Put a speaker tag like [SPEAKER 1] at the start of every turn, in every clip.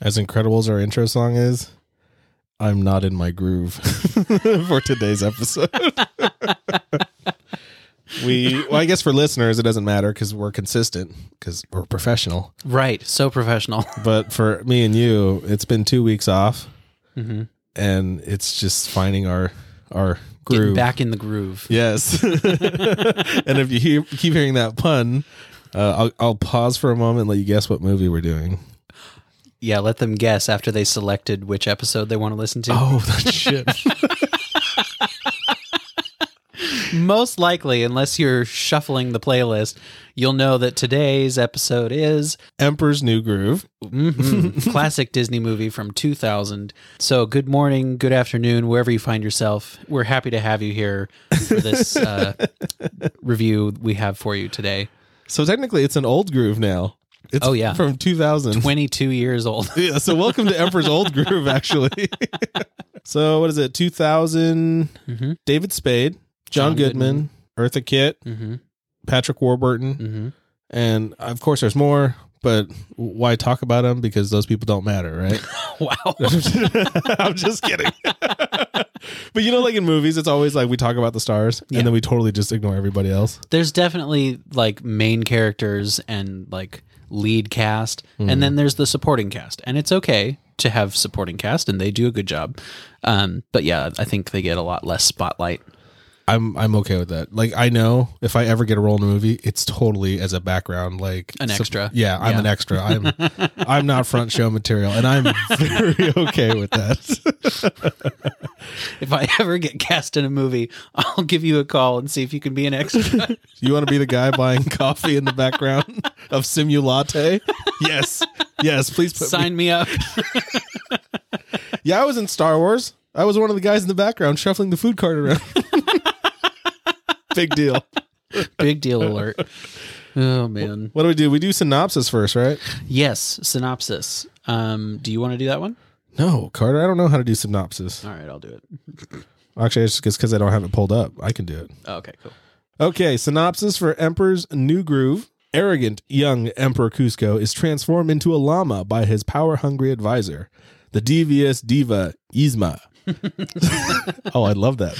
[SPEAKER 1] as incredible as our intro song is, I'm not in my groove for today's episode. we, well, I guess for listeners, it doesn't matter because we're consistent because we're professional.
[SPEAKER 2] Right. So professional.
[SPEAKER 1] But for me and you, it's been two weeks off,
[SPEAKER 2] Mm-hmm.
[SPEAKER 1] and it's just finding our our
[SPEAKER 2] Getting
[SPEAKER 1] groove.
[SPEAKER 2] back in the groove.
[SPEAKER 1] Yes. and if you hear, keep hearing that pun, uh, I'll, I'll pause for a moment and let you guess what movie we're doing.
[SPEAKER 2] Yeah. Let them guess after they selected which episode they want to listen to.
[SPEAKER 1] Oh, that shit.
[SPEAKER 2] Most likely, unless you're shuffling the playlist, you'll know that today's episode is
[SPEAKER 1] Emperor's New Groove.
[SPEAKER 2] mhm, classic Disney movie from 2000. So, good morning, good afternoon, wherever you find yourself. We're happy to have you here for this uh, review we have for you today.
[SPEAKER 1] So technically, it's an old groove now. It's
[SPEAKER 2] Oh, yeah.
[SPEAKER 1] from 2000.
[SPEAKER 2] 22 years old.
[SPEAKER 1] yeah, so welcome to Emperor's Old Groove, actually. so what is it? 2000.
[SPEAKER 2] Mm-hmm.
[SPEAKER 1] David Spade, John,
[SPEAKER 2] John
[SPEAKER 1] Goodman,
[SPEAKER 2] Goodman.
[SPEAKER 1] Eartha Kitt,
[SPEAKER 2] Mm-hmm.
[SPEAKER 1] Patrick Warburton,
[SPEAKER 2] Mm-hmm.
[SPEAKER 1] and of course there's more. But why talk about them? Because those people don't matter, right?
[SPEAKER 2] Wow.
[SPEAKER 1] I'm just kidding. but you know, like in movies, it's always like we talk about the stars,
[SPEAKER 2] Yeah.
[SPEAKER 1] and then we totally just ignore everybody else.
[SPEAKER 2] there's definitely like main characters and like lead cast
[SPEAKER 1] Hmm.
[SPEAKER 2] and then there's the supporting cast and it's okay to have supporting cast and they do a good job um, but yeah i think they get a lot less spotlight
[SPEAKER 1] I'm I'm okay with that. Like I know if I ever get a role in a movie, it's totally as a background, like
[SPEAKER 2] An
[SPEAKER 1] sup-
[SPEAKER 2] extra.
[SPEAKER 1] yeah, I'm
[SPEAKER 2] Yeah.
[SPEAKER 1] an extra. I'm I'm not front show material, and I'm very okay with that.
[SPEAKER 2] if i ever get cast in a movie i'll give you a call and see if you can be an extra
[SPEAKER 1] You want to be the guy buying coffee in the background of Simulate? Yes, yes. Please put me.
[SPEAKER 2] sign me up
[SPEAKER 1] Yeah, I was in Star Wars. I was one of the guys in the background shuffling the food cart around. Big deal.
[SPEAKER 2] big deal alert oh man
[SPEAKER 1] What do we do? We do synopsis first, right?
[SPEAKER 2] yes synopsis um, do you want to do that one
[SPEAKER 1] No, Carter. I don't know how to do synopsis.
[SPEAKER 2] all right i'll do it
[SPEAKER 1] Actually, it's just because I don't have it pulled up. I can do it.
[SPEAKER 2] Oh, okay cool
[SPEAKER 1] Okay, synopsis for Emperor's New Groove. Arrogant young Emperor Cusco is transformed into a llama by his power hungry advisor, the devious diva Yzma. oh, I love that.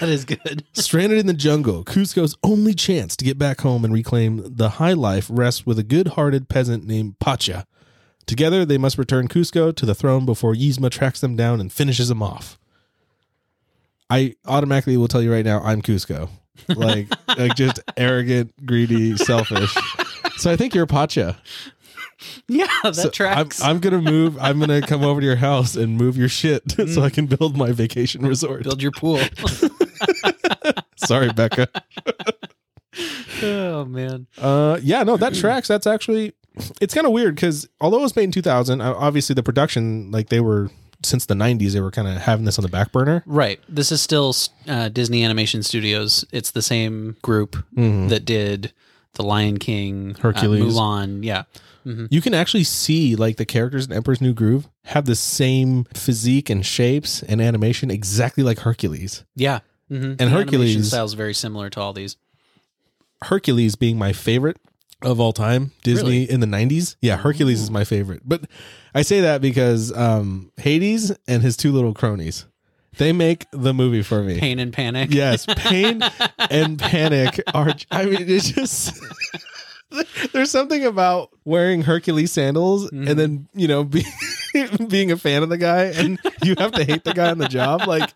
[SPEAKER 2] that is good
[SPEAKER 1] Stranded in the jungle, Cusco's only chance to get back home and reclaim the high life rests with a good hearted peasant named Pacha. Together, they must return Cusco to the throne before Yzma tracks them down and finishes him off. I automatically will tell you right now, I'm Cusco. Like, like just arrogant, greedy, selfish. So I think you're Pacha.
[SPEAKER 2] yeah that
[SPEAKER 1] So
[SPEAKER 2] tracks
[SPEAKER 1] I'm, I'm gonna move. I'm gonna come over to your house and move your shit so I can build my vacation resort.
[SPEAKER 2] build your pool
[SPEAKER 1] Sorry, Becca.
[SPEAKER 2] oh man
[SPEAKER 1] Uh, yeah, no, that tracks. That's actually, it's kind of weird because although it was made in 2000, uh, obviously the production, like they were since the 90s, they were kind of having this on the back burner.
[SPEAKER 2] Right. This is still uh, Disney Animation Studios. It's the same group that did The Lion King, uh,
[SPEAKER 1] Mm-hmm. Hercules.
[SPEAKER 2] Mulan. Yeah. hmm
[SPEAKER 1] You can actually see like the characters in Emperor's New Groove have the same physique and shapes and animation exactly like Hercules.
[SPEAKER 2] Yeah. hmm And
[SPEAKER 1] Hercules-
[SPEAKER 2] style's very similar to all these.
[SPEAKER 1] Hercules being my favorite of all time Disney
[SPEAKER 2] Really?
[SPEAKER 1] in the 90s. Yeah, Hercules is my favorite. But I say that because um Hades and his two little cronies. They make the movie for me.
[SPEAKER 2] Pain and Panic.
[SPEAKER 1] Yes, pain and panic are. I mean, it's just there's something about wearing Hercules sandals and then you know be, being a fan of the guy and you have to hate the guy on the job. Like,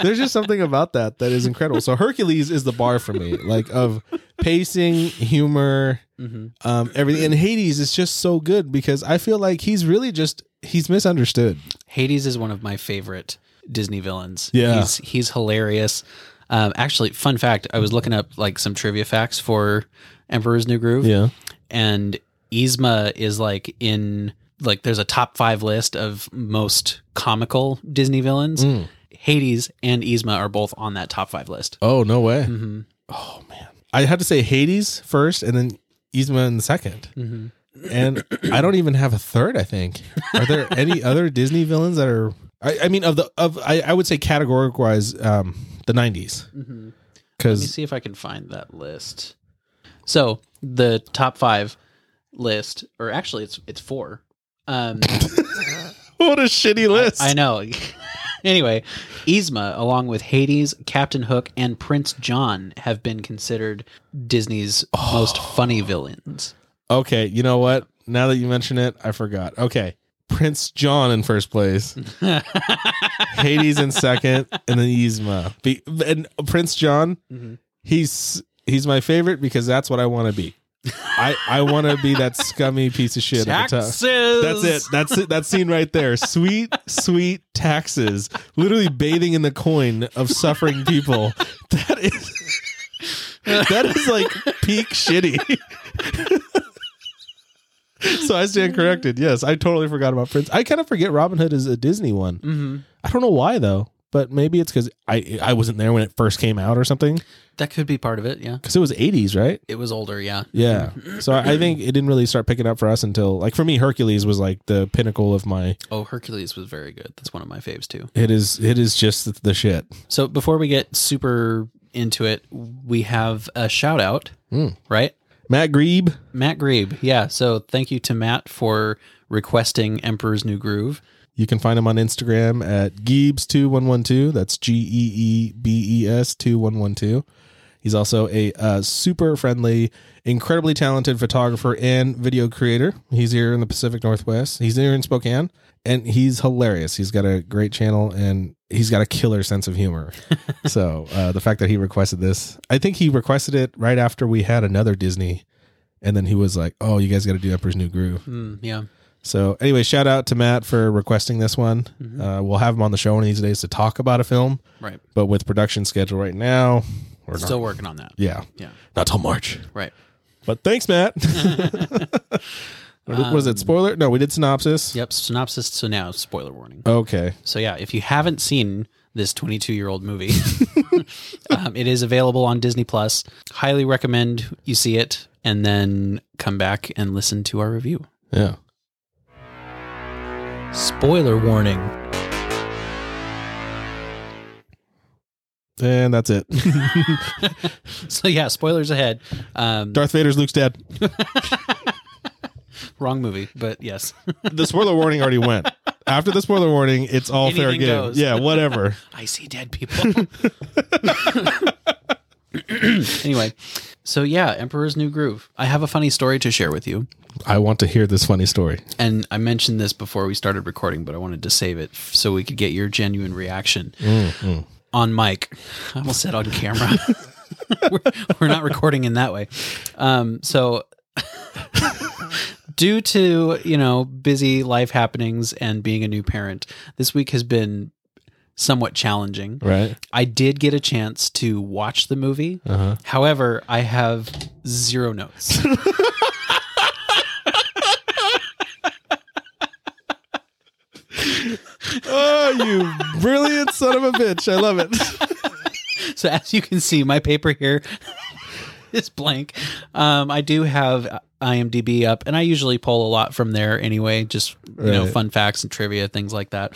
[SPEAKER 1] there's just something about that that is incredible. So Hercules is the bar for me, like of pacing, humor,
[SPEAKER 2] hmm
[SPEAKER 1] um, everything. And Hades is just so good because I feel like he's really just he's misunderstood.
[SPEAKER 2] Hades is one of my favorite Disney villains.
[SPEAKER 1] Yeah.
[SPEAKER 2] He's, he's hilarious. Um, actually, fun fact I was looking up like some trivia facts for Emperor's New Groove.
[SPEAKER 1] Yeah.
[SPEAKER 2] and Yzma is like in like there's a top five list of most comical Disney villains.
[SPEAKER 1] Hmm.
[SPEAKER 2] Hades and Yzma are both on that top five list.
[SPEAKER 1] Oh no way.
[SPEAKER 2] Mm-hmm.
[SPEAKER 1] Oh man, I had to say Hades first, and then Yzma in the second,
[SPEAKER 2] Mm-hmm.
[SPEAKER 1] and I don't even have a third. I think. Are there any other Disney villains that are? I, I mean, of the of I, I would say categoric wise, um, the nineties,
[SPEAKER 2] Mm-hmm. Let me
[SPEAKER 1] because
[SPEAKER 2] see if I can find that list. So the top five list, or actually it's it's four. Um,
[SPEAKER 1] What a shitty list.
[SPEAKER 2] I know. anyway, Yzma, along with Hades, Captain Hook, and Prince John, have been considered Disney's
[SPEAKER 1] Oh.
[SPEAKER 2] most funny villains.
[SPEAKER 1] okay, you know what? Now that you mention it, I forgot. Okay. Prince John in first place, Hades in second, and then Yzma. Be- and Prince John,
[SPEAKER 2] Mhm.
[SPEAKER 1] he's he's my favorite because that's what I want to be. I I want to be that scummy piece of shit. at the top.
[SPEAKER 2] Taxes.
[SPEAKER 1] That's it. That's it. That scene right there. Sweet, sweet taxes. Literally bathing in the coin of suffering people. That is that is like peak shitty. so I stand corrected. Yes, I totally forgot about Prince. I kind of forget Robin Hood is a Disney one.
[SPEAKER 2] hmm
[SPEAKER 1] I don't know why though. But maybe it's because I I wasn't there when it first came out or something.
[SPEAKER 2] That could be part of it. Yeah,
[SPEAKER 1] Because it was eighties, right?
[SPEAKER 2] it was older. Yeah.
[SPEAKER 1] Yeah. So I, I think it didn't really start picking up for us until like for me, Hercules was like the pinnacle of my
[SPEAKER 2] Oh, Hercules was very good. That's one of my faves too.
[SPEAKER 1] It is. It is just the shit.
[SPEAKER 2] So before we get super into it, we have a shout out, right?
[SPEAKER 1] Matt Grebe.
[SPEAKER 2] Matt Grebe. Yeah. So thank you to Matt for requesting Emperor's New Groove.
[SPEAKER 1] You can find him on Instagram at Giebs two one one two. That's G E E B E S two one one two. He's also a uh, super friendly, incredibly talented photographer and video creator. He's here in the Pacific Northwest. He's here in Spokane, and he's hilarious. He's got a great channel, and he's got a killer sense of humor. so uh, the fact that he requested this, I think he requested it right after we had another Disney, and then he was like, "Oh, you guys got to do Emperor's New Groove."
[SPEAKER 2] Mm, yeah.
[SPEAKER 1] So, anyway, shout out to Matt for requesting this one.
[SPEAKER 2] Mm-hmm.
[SPEAKER 1] Uh, we'll have him on the show one of these days to talk about a film,
[SPEAKER 2] Right.
[SPEAKER 1] but with production schedule right now, we're not-
[SPEAKER 2] Still working on that.
[SPEAKER 1] yeah,
[SPEAKER 2] Yeah.
[SPEAKER 1] not till March.
[SPEAKER 2] Right.
[SPEAKER 1] But thanks, Matt. What was it spoiler? No, we did synopsis.
[SPEAKER 2] Um, Yep. Synopsis. So now, spoiler warning.
[SPEAKER 1] Okay,
[SPEAKER 2] So yeah, if you haven't seen this 22 year old movie, um, it is available on Disney Plus. Highly recommend you see it and then come back and listen to our review.
[SPEAKER 1] yeah.
[SPEAKER 2] Spoiler warning.
[SPEAKER 1] And that's it.
[SPEAKER 2] So yeah, spoilers ahead. Um,
[SPEAKER 1] Darth Vader's Luke's dad.
[SPEAKER 2] wrong movie, but yes,
[SPEAKER 1] The spoiler warning already went. After the spoiler warning, it's all fair
[SPEAKER 2] Anything
[SPEAKER 1] game.
[SPEAKER 2] goes.
[SPEAKER 1] Yeah, whatever.
[SPEAKER 2] I see dead people. anyway, so yeah, Emperor's New Groove. I have a funny story to share with you.
[SPEAKER 1] I want to hear this funny story.
[SPEAKER 2] and I mentioned this before we started recording, but I wanted to save it f- so we could get your genuine reaction on mic. I almost said on camera. we're, we're not recording in that way. Um, so, due to you know busy life happenings and being a new parent, this week has been somewhat challenging.
[SPEAKER 1] Right.
[SPEAKER 2] I did get a chance to watch the movie.
[SPEAKER 1] Uh-huh.
[SPEAKER 2] However, I have zero notes.
[SPEAKER 1] Oh, you brilliant son of a bitch! I love it.
[SPEAKER 2] So as you can see, my paper here is blank. Um, I do have IMDb up, and I usually pull a lot from there anyway. Just you know,
[SPEAKER 1] Right.
[SPEAKER 2] fun facts and trivia, things like that.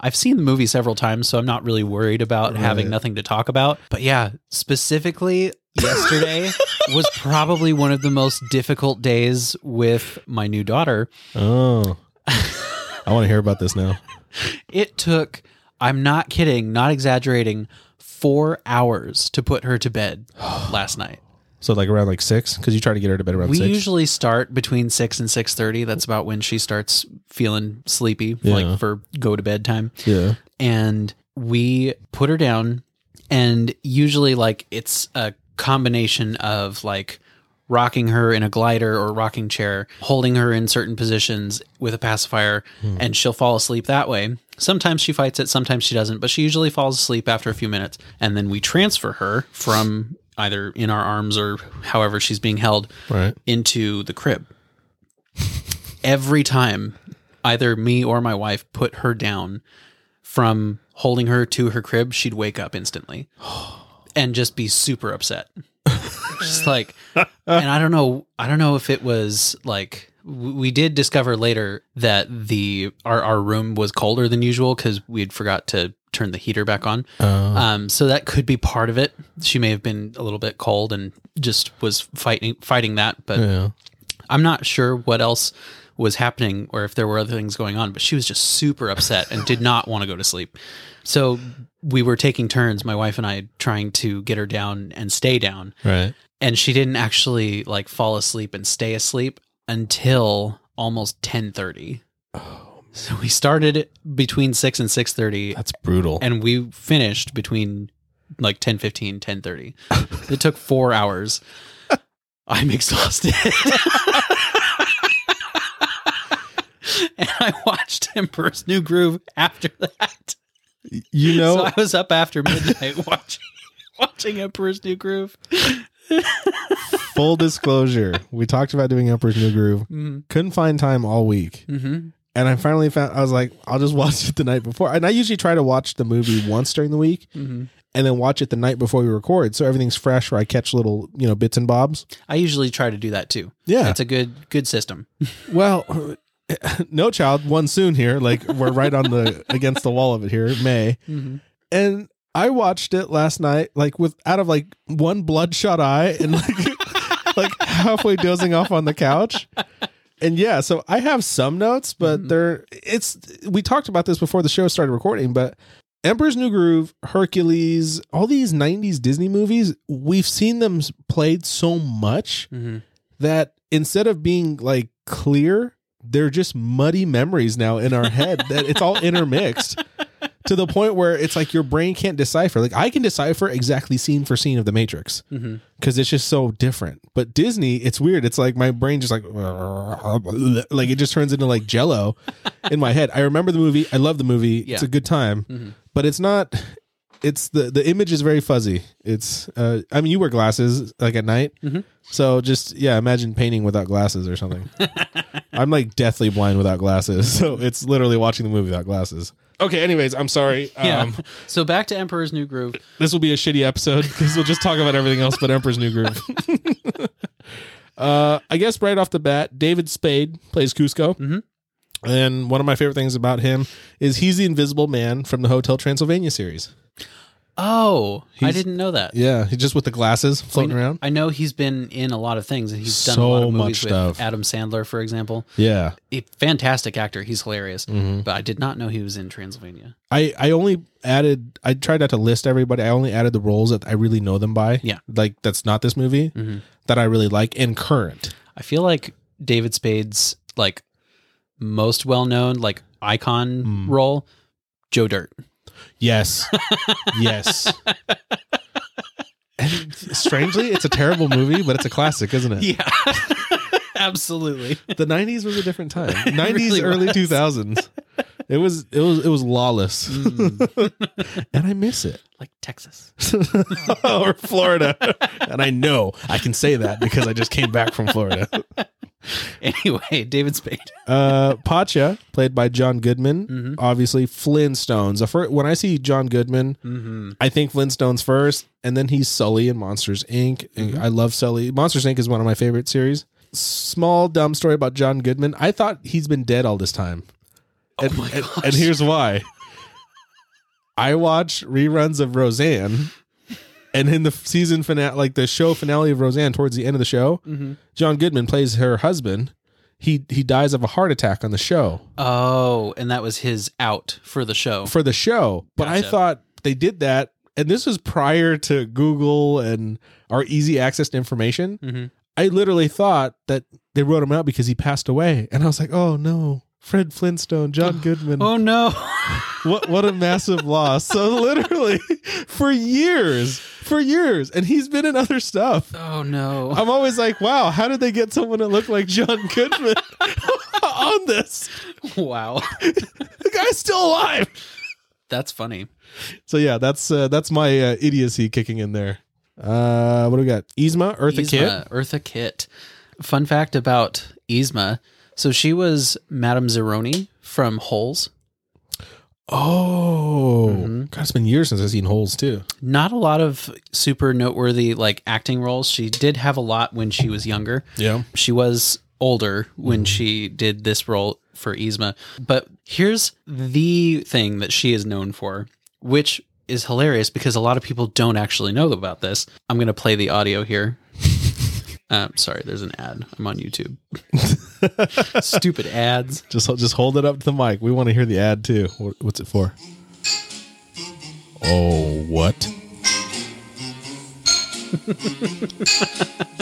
[SPEAKER 2] I've seen the movie several times, so I'm not really worried about having nothing to talk about. But yeah, specifically yesterday was probably one of the most difficult days with my new daughter.
[SPEAKER 1] Oh. I want to hear about this now.
[SPEAKER 2] It took, I'm not kidding, not exaggerating, four hours to put her to bed last night.
[SPEAKER 1] So like around like six, because you try to get her to bed around
[SPEAKER 2] We
[SPEAKER 1] six.
[SPEAKER 2] usually start between six and six thirty. That's about when she starts feeling sleepy,
[SPEAKER 1] Yeah.
[SPEAKER 2] like for go to bed time.
[SPEAKER 1] yeah.
[SPEAKER 2] And we put her down, and usually like it's a combination of like rocking her in a glider or rocking chair, holding her in certain positions with a pacifier,
[SPEAKER 1] Hmm.
[SPEAKER 2] and she'll fall asleep that way. Sometimes she fights it, sometimes she doesn't, but she usually falls asleep after a few minutes. And then we transfer her from either in our arms or however she's being held
[SPEAKER 1] Right.
[SPEAKER 2] into the crib. Every time either me or my wife put her down from holding her to her crib, she'd wake up instantly and just be super upset. just like and I don't know I don't know if it was like w- we did discover later that the our our room was colder than usual cuz we had forgot to turn the heater back on.
[SPEAKER 1] Uh,
[SPEAKER 2] Um, so that could be part of it. She may have been a little bit cold and just was fighting fighting that, but
[SPEAKER 1] Yeah.
[SPEAKER 2] I'm not sure what else was happening or if there were other things going on, but she was just super upset and did not want to go to sleep. So we were taking turns, my wife and I, trying to get her down and stay down.
[SPEAKER 1] Right.
[SPEAKER 2] And she didn't actually like fall asleep and stay asleep until almost 10:30.
[SPEAKER 1] Oh,
[SPEAKER 2] So we started between 6 and 6:30
[SPEAKER 1] that's brutal.
[SPEAKER 2] and we finished between like 10:15 10:30. it took 4 hours. I'm exhausted. and I watched Emperor's New Groove after that.
[SPEAKER 1] you know,
[SPEAKER 2] So I was up after midnight watching watching Emperor's New Groove.
[SPEAKER 1] full disclosure, we talked about doing Emperor's New Groove.
[SPEAKER 2] Mm,
[SPEAKER 1] Couldn't find time all week.
[SPEAKER 2] mhm.
[SPEAKER 1] And I finally found, I was like, I'll just watch it the night before. And I usually try to watch the movie once during the week
[SPEAKER 2] Mhm.
[SPEAKER 1] and then watch it the night before we record. So everything's fresh where I catch little, you know, bits and bobs.
[SPEAKER 2] I usually try to do that too.
[SPEAKER 1] Yeah.
[SPEAKER 2] That's a good good system.
[SPEAKER 1] Well, no child, one soon here. Like we're right on the against the wall of it here, May.
[SPEAKER 2] Mhm.
[SPEAKER 1] And I watched it last night, like with out of like one bloodshot eye and like like halfway dozing off on the couch. And yeah, so I have some notes, but
[SPEAKER 2] Mhm.
[SPEAKER 1] they're it's we talked about this before the show started recording, but Emperor's New Groove, Hercules, all these 90s Disney movies, we've seen them s- played so much
[SPEAKER 2] Mhm.
[SPEAKER 1] that instead of being like clear, they're just muddy memories now in our head that it's all intermixed to the point where it's like your brain can't decipher. Like I can decipher exactly scene for scene of The Matrix
[SPEAKER 2] Mhm.
[SPEAKER 1] because it's just so different. But Disney, it's weird. It's like my brain just like like it just turns into like jello in my head. I remember the movie. I love the movie. It's
[SPEAKER 2] Yeah.
[SPEAKER 1] a good time,
[SPEAKER 2] Mhm.
[SPEAKER 1] but it's not. It's the the image is very fuzzy. It's uh, I mean you wear glasses like at night,
[SPEAKER 2] Mhm.
[SPEAKER 1] so just yeah, imagine painting without glasses or something. I'm like deathly blind without glasses, so it's literally watching the movie without glasses. Okay, anyways, I'm sorry.
[SPEAKER 2] Yeah.
[SPEAKER 1] Um,
[SPEAKER 2] so back to Emperor's New Groove.
[SPEAKER 1] this will be a shitty episode because we'll just talk about everything else but Emperor's New Groove. uh, I guess right off the bat, David Spade plays Cusco.
[SPEAKER 2] Mhm.
[SPEAKER 1] And one of my favorite things about him is he's the Invisible Man from the Hotel Transylvania series.
[SPEAKER 2] Oh, I
[SPEAKER 1] He's-
[SPEAKER 2] didn't know that.
[SPEAKER 1] Yeah, he just with the glasses
[SPEAKER 2] I
[SPEAKER 1] floating
[SPEAKER 2] kn-
[SPEAKER 1] around.
[SPEAKER 2] I know he's been in a lot of things, and he's done a lot
[SPEAKER 1] So
[SPEAKER 2] of movies
[SPEAKER 1] much
[SPEAKER 2] with
[SPEAKER 1] stuff.
[SPEAKER 2] Adam Sandler, for example.
[SPEAKER 1] Yeah.
[SPEAKER 2] A fantastic actor. He's hilarious.
[SPEAKER 1] Mhm.
[SPEAKER 2] But I did not know he was in Transylvania.
[SPEAKER 1] I, I only added I tried not to list everybody. I only added the roles that I really know them by.
[SPEAKER 2] Yeah.
[SPEAKER 1] Like that's not this movie
[SPEAKER 2] Mhm.
[SPEAKER 1] that I really like and current.
[SPEAKER 2] I feel like David Spade's like most well known like icon
[SPEAKER 1] Mm.
[SPEAKER 2] role, Joe Dirt.
[SPEAKER 1] Yes. yes. And strangely, it's a terrible movie, but it's a classic, isn't it?
[SPEAKER 2] Yeah, absolutely.
[SPEAKER 1] The nineties was a different time.
[SPEAKER 2] It
[SPEAKER 1] Nineties,
[SPEAKER 2] really
[SPEAKER 1] early
[SPEAKER 2] was.
[SPEAKER 1] two thousands. It was it was it was lawless.
[SPEAKER 2] Mm.
[SPEAKER 1] and I miss it.
[SPEAKER 2] like Texas.
[SPEAKER 1] or Florida. and I know I can say that because I just came back from Florida.
[SPEAKER 2] Anyway, David Spade.
[SPEAKER 1] Uh Pacha, played by John Goodman.
[SPEAKER 2] Mhm.
[SPEAKER 1] Obviously, Flintstones. The fir- When I see John Goodman,
[SPEAKER 2] Mm-hmm.
[SPEAKER 1] I think Flintstones first, and then he's Sully in Monsters Inc. And
[SPEAKER 2] Mm-hmm.
[SPEAKER 1] I love Sully. Monsters Inc. is one of my favorite series. Small dumb story about John Goodman. I thought he's been dead all this time.
[SPEAKER 2] Oh
[SPEAKER 1] And,
[SPEAKER 2] my
[SPEAKER 1] and-
[SPEAKER 2] gosh.
[SPEAKER 1] and here's why. I watch reruns of Roseanne, and in the season finale, like the show finale of Roseanne, towards the end of the show,
[SPEAKER 2] Mhm.
[SPEAKER 1] John Goodman plays her husband. He he dies of a heart attack on the show.
[SPEAKER 2] Oh, and that was his out for the show.
[SPEAKER 1] for the show. But I
[SPEAKER 2] Gotcha.
[SPEAKER 1] thought they did that, and this was prior to Google and our easy access to information.
[SPEAKER 2] Mm-hmm.
[SPEAKER 1] I literally thought that they wrote him out because he passed away, and I was like, "Oh no, Fred Flintstone, John Goodman,
[SPEAKER 2] Oh no.
[SPEAKER 1] what what a massive loss!" So literally, for years, for years, and he's been in other stuff.
[SPEAKER 2] oh no.
[SPEAKER 1] I'm always like, "Wow, how did they get someone that looked like John Goodman on this?
[SPEAKER 2] Wow.
[SPEAKER 1] The guy's still alive."
[SPEAKER 2] That's funny.
[SPEAKER 1] So yeah, that's uh, that's my uh, idiocy kicking in there. Uh, what do we got? Yzma, Eartha Kitt.
[SPEAKER 2] Yzma, Eartha Kitt. Fun fact about Yzma. So she was Madame Zeroni from Holes.
[SPEAKER 1] Oh,
[SPEAKER 2] Mhm.
[SPEAKER 1] God, it's been years since I've seen Holes too.
[SPEAKER 2] Not a lot of super noteworthy like acting roles. She did have a lot when she was younger.
[SPEAKER 1] Yeah,
[SPEAKER 2] She was older when
[SPEAKER 1] Mm-hmm.
[SPEAKER 2] she did this role for Yzma. But here's the thing that she is known for, which is hilarious because a lot of people don't actually know about this. Uh, I'm going to play the audio here. um, sorry, there's an ad. I'm on YouTube. Stupid ads.
[SPEAKER 1] Just just hold it up to the mic. We want to hear the ad too. Wh- What's it for? Oh, what?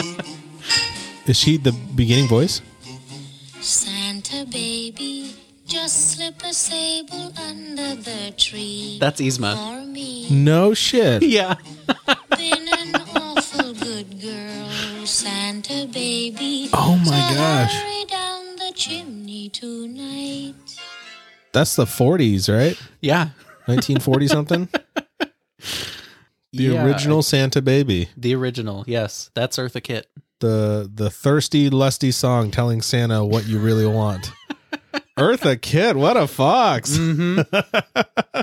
[SPEAKER 1] Is she the beginning voice?
[SPEAKER 3] Santa baby, just slip a sable under the tree.
[SPEAKER 2] That's Yzma.
[SPEAKER 3] For me,
[SPEAKER 1] No shit.
[SPEAKER 2] Yeah.
[SPEAKER 3] been an awful good girl, Santa baby.
[SPEAKER 1] Oh my
[SPEAKER 3] so
[SPEAKER 1] gosh.
[SPEAKER 3] Hurry down the chimney tonight.
[SPEAKER 1] That's the 40s, right?
[SPEAKER 2] Yeah.
[SPEAKER 1] 1940 something. The
[SPEAKER 2] Yeah.
[SPEAKER 1] original Santa Baby.
[SPEAKER 2] The original. Yes. That's Eartha Kitt.
[SPEAKER 1] The the thirsty lusty song telling Santa what you really want. Eartha Kitt, what a fox.
[SPEAKER 2] Mm-hmm.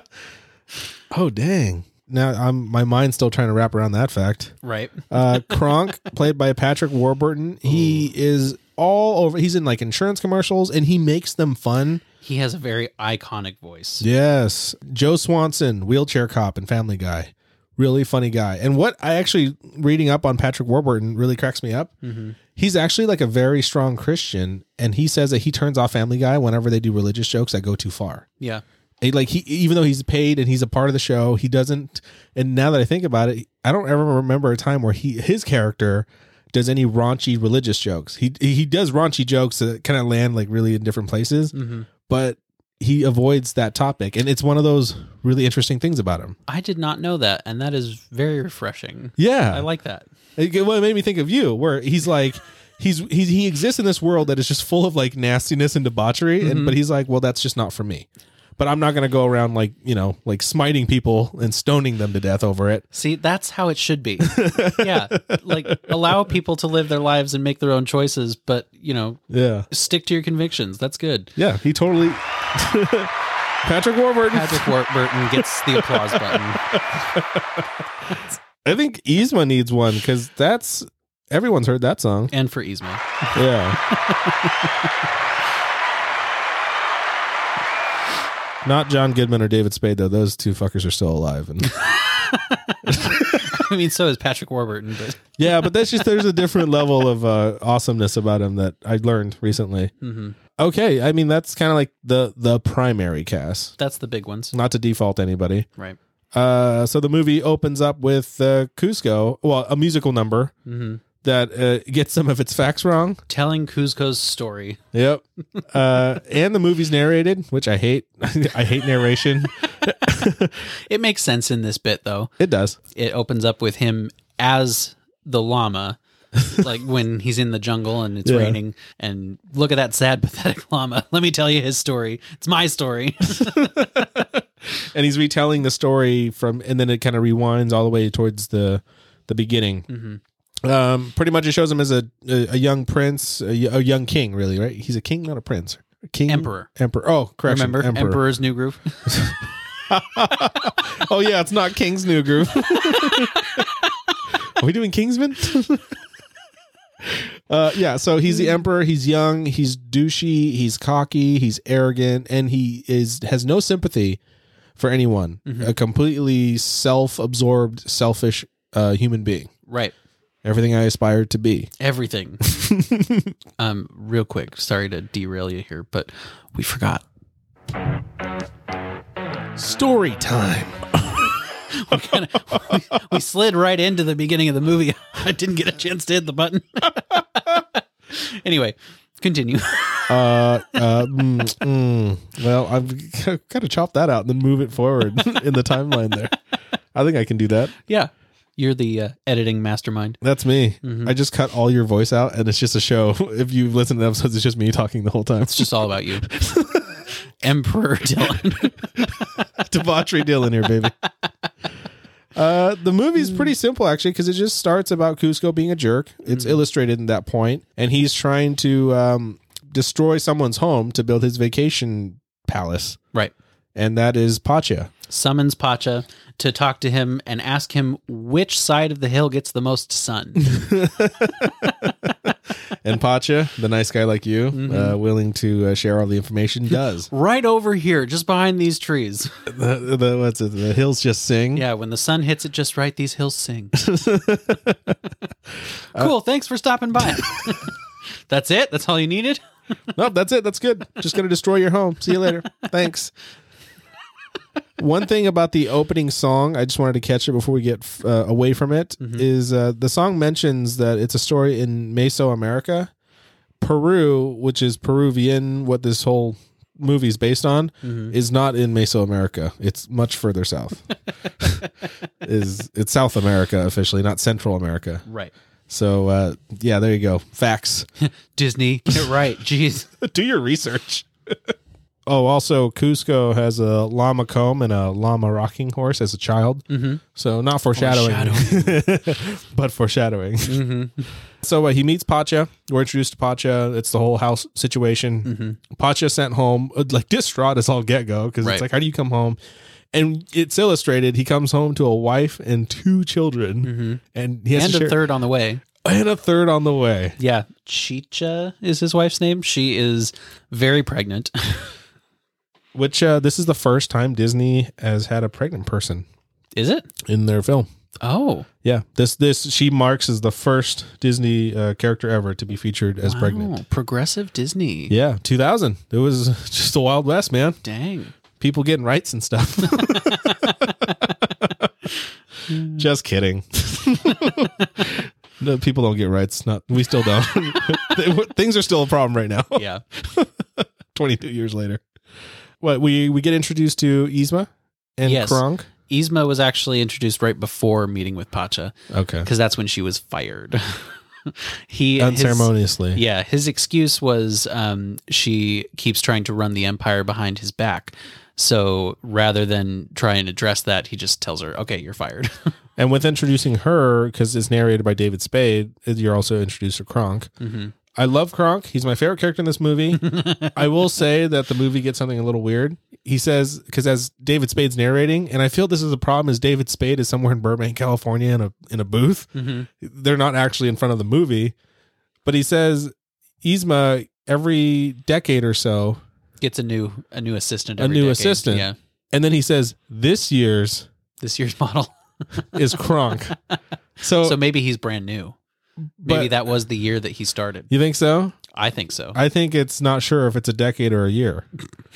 [SPEAKER 1] Oh dang. Now I'm my mind's still trying to wrap around that fact.
[SPEAKER 2] right.
[SPEAKER 1] Uh Kronk, played by Patrick Warburton, he is all over he's in like insurance commercials and he makes them fun.
[SPEAKER 2] He has a very iconic voice.
[SPEAKER 1] Yes. Joe Swanson, wheelchair cop and family guy. Really funny guy. And what I actually reading up on Patrick Warburton really cracks me up.
[SPEAKER 2] Mm-hmm.
[SPEAKER 1] He's actually like a very strong Christian and he says that he turns off Family Guy whenever they do religious jokes that go too far.
[SPEAKER 2] Yeah.
[SPEAKER 1] He- like he even though he's paid and he's a part of the show he doesn't and now that i think about it i don't ever remember a time where he his character does any raunchy religious jokes he he does raunchy jokes that kind of land like really in different places
[SPEAKER 2] Mm-hmm.
[SPEAKER 1] but he avoids that topic and it's one of those really interesting things about him
[SPEAKER 2] I did not know that, and that is very refreshing.
[SPEAKER 1] yeah
[SPEAKER 2] I like that.
[SPEAKER 1] It, well, it made me think of you, where he's like, he's, he's he exists in this world that is just full of like nastiness and debauchery, and but he's like, well, that's just not for me. But I'm not gonna go around like you know like smiting people and stoning them to death over it.
[SPEAKER 2] See, that's how it should be. yeah. Like allow people to live their lives and make their own choices, but, you know,
[SPEAKER 1] Yeah,
[SPEAKER 2] stick to your convictions. That's good.
[SPEAKER 1] yeah, he totally. Patrick Warburton.
[SPEAKER 2] Patrick Warburton gets the applause button.
[SPEAKER 1] I think Yzma needs one because that's everyone's heard that song.
[SPEAKER 2] And for Yzma.
[SPEAKER 1] Yeah. Not John Goodman or David Spade though; those two fuckers are still alive. And
[SPEAKER 2] I mean, so is Patrick Warburton, but
[SPEAKER 1] yeah, but that's just there's a different level of uh, awesomeness about him that I learned recently.
[SPEAKER 2] mhm.
[SPEAKER 1] Okay, I mean that's kind of like the the primary cast,
[SPEAKER 2] that's the big ones.
[SPEAKER 1] not to default anybody.
[SPEAKER 2] Right.
[SPEAKER 1] Uh, so the movie opens up with uh, Cusco, well, a musical number
[SPEAKER 2] hmm
[SPEAKER 1] that uh, gets some of its facts wrong.
[SPEAKER 2] Telling Kuzco's story.
[SPEAKER 1] Yep. Uh, and the movie's narrated, which I hate. I hate narration.
[SPEAKER 2] It makes sense in this bit, though.
[SPEAKER 1] It does.
[SPEAKER 2] It opens up with him as the llama, like when he's in the jungle and it's
[SPEAKER 1] Yeah.
[SPEAKER 2] raining. And look at that sad, pathetic llama. Let me tell you his story. It's my story.
[SPEAKER 1] And he's retelling the story from, and then it kind of rewinds all the way towards the the beginning.
[SPEAKER 2] Mm-hmm.
[SPEAKER 1] Um, pretty much, it shows him as a a, a young prince, a, y- a young king, really, right? He's a king, not a prince. King,
[SPEAKER 2] Emperor.
[SPEAKER 1] emperor. Oh, correct.
[SPEAKER 2] Remember
[SPEAKER 1] emperor.
[SPEAKER 2] Emperor's New Groove?
[SPEAKER 1] Oh yeah, it's not King's New Groove. Are we doing Kingsman? uh, yeah. So he's the emperor. He's young. He's douchey. He's cocky. He's arrogant, and he is has no sympathy for anyone. A completely self-absorbed, selfish uh, human being.
[SPEAKER 2] right.
[SPEAKER 1] Everything I aspired to be.
[SPEAKER 2] Everything. um, real quick. Sorry to derail you here, but we forgot.
[SPEAKER 1] Story time.
[SPEAKER 2] We slid right into the beginning of the movie. I didn't get a chance to hit the button. anyway, continue.
[SPEAKER 1] Uh, uh, mm, mm. well, I've got to chop that out and then move it forward in the timeline. There, I think I can do that.
[SPEAKER 2] yeah. You're the uh, editing mastermind.
[SPEAKER 1] That's me. I just cut all your voice out, and it's just a show. If you listen to episodes, it's just me talking the whole time.
[SPEAKER 2] It's just all about you. Emperor Dylan.
[SPEAKER 1] Debauchery Dylan here, baby. Uh, the movie's pretty simple actually because it just starts about Cusco being a jerk. It's illustrated in that point, and he's trying to um, destroy someone's home to build his vacation palace,
[SPEAKER 2] right.
[SPEAKER 1] and that is Pacha.
[SPEAKER 2] Summons Pacha to talk to him and ask him which side of the hill gets the most sun.
[SPEAKER 1] And Pacha, the nice guy like you, uh, willing to uh, share all the information, does.
[SPEAKER 2] right over here, just behind these trees.
[SPEAKER 1] the, the, what's it, the hills just sing.
[SPEAKER 2] Yeah, when the sun hits it just
[SPEAKER 1] Uh,
[SPEAKER 2] right, these hills sing. cool. thanks for stopping by. That's it? That's all you needed?
[SPEAKER 1] Nope, that's it. That's good. Just going to destroy your home. See you later. Thanks. One thing about the opening song, I just wanted to catch it before we get uh, away from it, is uh, the song mentions that it's a story in Mesoamerica, Peru, which is Peruvian, what this whole movie is based on, is not in Mesoamerica. It's much further south. is It's South America officially, not Central America.
[SPEAKER 2] Right.
[SPEAKER 1] So, uh, yeah, there you go. Facts.
[SPEAKER 2] Disney, get it right. Jeez.
[SPEAKER 1] Do your research. oh, also, Cusco has a llama comb and a llama rocking horse as a child. Mm-hmm. So, not foreshadowing, but foreshadowing. So, uh, he meets Pacha. We're introduced to Pacha. It's the whole house situation. Pacha sent home, uh, like distraught as all get go, because
[SPEAKER 2] Right.
[SPEAKER 1] it's like, how do you come home? And it's illustrated. He comes home to a wife and two children, Mm-hmm. and he has
[SPEAKER 2] And
[SPEAKER 1] to
[SPEAKER 2] a
[SPEAKER 1] share-
[SPEAKER 2] third on the way.
[SPEAKER 1] and a third on the way.
[SPEAKER 2] Yeah. Chicha is his wife's name. She is very pregnant.
[SPEAKER 1] Which uh, this is the first time Disney has had a pregnant person
[SPEAKER 2] is it?
[SPEAKER 1] in their film.
[SPEAKER 2] Oh.
[SPEAKER 1] Yeah, this this she marks as the first Disney uh, character ever to be featured as pregnant.
[SPEAKER 2] Wow. Oh, Progressive Disney.
[SPEAKER 1] Yeah, 2000. It was just the Wild West, man.
[SPEAKER 2] Dang.
[SPEAKER 1] People getting rights and stuff. just kidding. no, people don't get rights. Not we still don't. Things are still a problem right now.
[SPEAKER 2] Yeah.
[SPEAKER 1] 22 years later. What we we get introduced to Yzma and
[SPEAKER 2] Yes.
[SPEAKER 1] Kronk.
[SPEAKER 2] Yzma was actually introduced right before meeting with Pacha
[SPEAKER 1] Okay.
[SPEAKER 2] because that's when she was fired. he his-
[SPEAKER 1] Unceremoniously.
[SPEAKER 2] Yeah, his excuse was um, she keeps trying to run the empire behind his back. So rather than try and address that, he just tells her, "Okay, you're fired."
[SPEAKER 1] And with introducing her, because it's narrated by David Spade, you're also introduced to Kronk.
[SPEAKER 2] Mm-hmm.
[SPEAKER 1] I love Kronk. He's my favorite character in this movie. I will say that the movie gets something a little weird. He says, because as David Spade's narrating, and I feel this is a problem, is David Spade is somewhere in Burbank, California, in a in a booth. They're not actually in front of the movie, but he says, Yzma, every decade or so,
[SPEAKER 2] Gets a new a new assistant.
[SPEAKER 1] A
[SPEAKER 2] every
[SPEAKER 1] new
[SPEAKER 2] decade.
[SPEAKER 1] assistant.
[SPEAKER 2] Yeah,
[SPEAKER 1] and then he says, this year's
[SPEAKER 2] this year's model.
[SPEAKER 1] is Kronk.
[SPEAKER 2] So
[SPEAKER 1] So,
[SPEAKER 2] maybe he's brand new. Maybe
[SPEAKER 1] but-
[SPEAKER 2] that was the year that he started.
[SPEAKER 1] you think so?
[SPEAKER 2] I think so. I,
[SPEAKER 1] I think it's not sure if it's a decade or a year,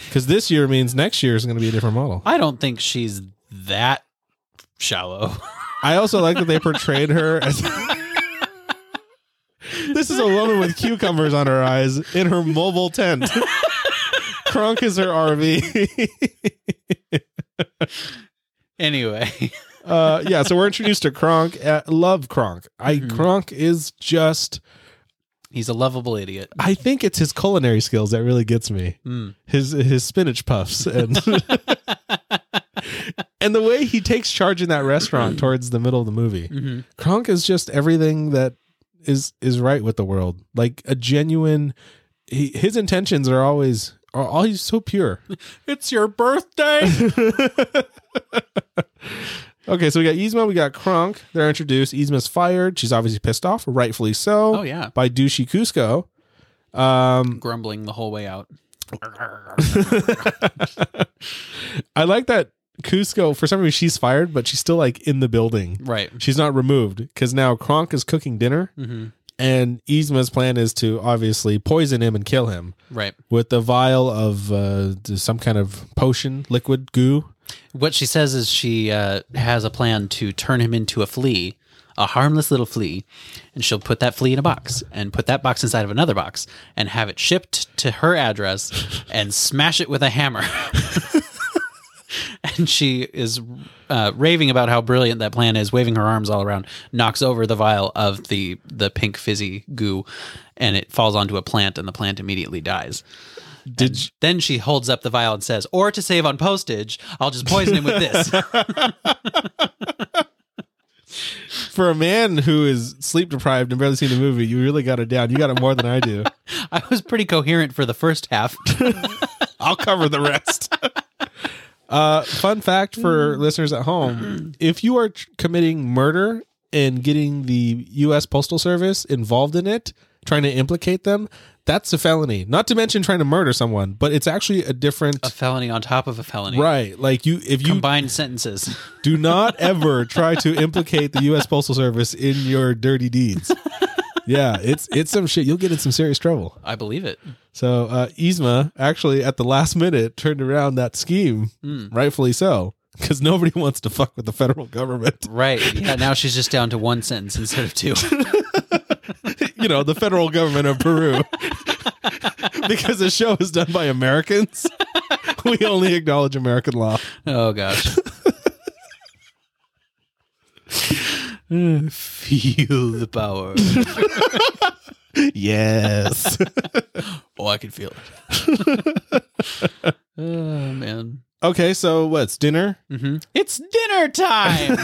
[SPEAKER 1] because this year means next year is going to be a different model.
[SPEAKER 2] don't think she's that shallow.
[SPEAKER 1] I also like that they portrayed her as. this is a woman with cucumbers on her eyes in her mobile tent. Kronk is her RV.
[SPEAKER 2] anyway,
[SPEAKER 1] uh, yeah, so we're introduced to Kronk. Uh, love Kronk. I Kronk is just.
[SPEAKER 2] he's a lovable idiot.
[SPEAKER 1] I think it's his culinary skills that really gets me.
[SPEAKER 2] Mm.
[SPEAKER 1] His his spinach puffs and and the way he takes charge in that restaurant towards the middle of the movie.
[SPEAKER 2] Mhm.
[SPEAKER 1] Kronk is just everything that is is right with the world. Like a genuine he, his intentions are always are always so pure.
[SPEAKER 2] It's your birthday.
[SPEAKER 1] Okay, so we got Yzma, we got Kronk. They're introduced. Yzma's fired. She's obviously pissed off, rightfully so.
[SPEAKER 2] oh yeah,
[SPEAKER 1] By Douchey Cusco. Um
[SPEAKER 2] grumbling the whole way out.
[SPEAKER 1] I like that Cusco, for some reason, she's fired, but she's still like in the building.
[SPEAKER 2] Right.
[SPEAKER 1] She's not removed because now Kronk is cooking dinner,
[SPEAKER 2] hmm
[SPEAKER 1] and Yzma's plan is to obviously poison him and kill him
[SPEAKER 2] Right.
[SPEAKER 1] with a vial of uh, some kind of potion, liquid goo.
[SPEAKER 2] What she says is she uh, has a plan to turn him into a flea, a harmless little flea, and she'll put that flea in a box and put that box inside of another box and have it shipped to her address and smash it with a hammer. and she is uh, raving about how brilliant that plan is, waving her arms all around, knocks over the vial of the the pink fizzy goo, and it falls onto a plant, and the plant immediately dies.
[SPEAKER 1] Did
[SPEAKER 2] And then she holds up the vial and says, "Or to save on postage, I'll just poison him with this."
[SPEAKER 1] For a man who is sleep deprived and barely seen the movie, you really got it down. You got it more than I do.
[SPEAKER 2] I was pretty coherent for the first half.
[SPEAKER 1] I'll cover the rest. uh, fun fact for listeners at home if you are tr- committing murder and getting the U.S. Postal Service involved in it, trying to implicate them, that's a felony. Not to mention trying to murder someone, but it's actually a different.
[SPEAKER 2] a felony on top of a felony.
[SPEAKER 1] Right. Like you if you
[SPEAKER 2] Combined sentences.
[SPEAKER 1] do not ever try to implicate the US Postal Service in your dirty deeds. yeah, it's it's some shit. You'll get in some serious trouble.
[SPEAKER 2] I believe it.
[SPEAKER 1] So uh, Yzma actually at the last minute turned around that scheme,
[SPEAKER 2] Mm.
[SPEAKER 1] rightfully so, because nobody wants to fuck with the federal government.
[SPEAKER 2] Right. Yeah. Now she's just down to one sentence instead of two.
[SPEAKER 1] you know, the federal government of Peru. because the show is done by Americans, we only acknowledge American law.
[SPEAKER 2] Oh gosh. feel the power.
[SPEAKER 1] Yes.
[SPEAKER 2] Oh, I can feel it. oh man.
[SPEAKER 1] okay, so what's dinner?
[SPEAKER 2] hmm It's dinner time.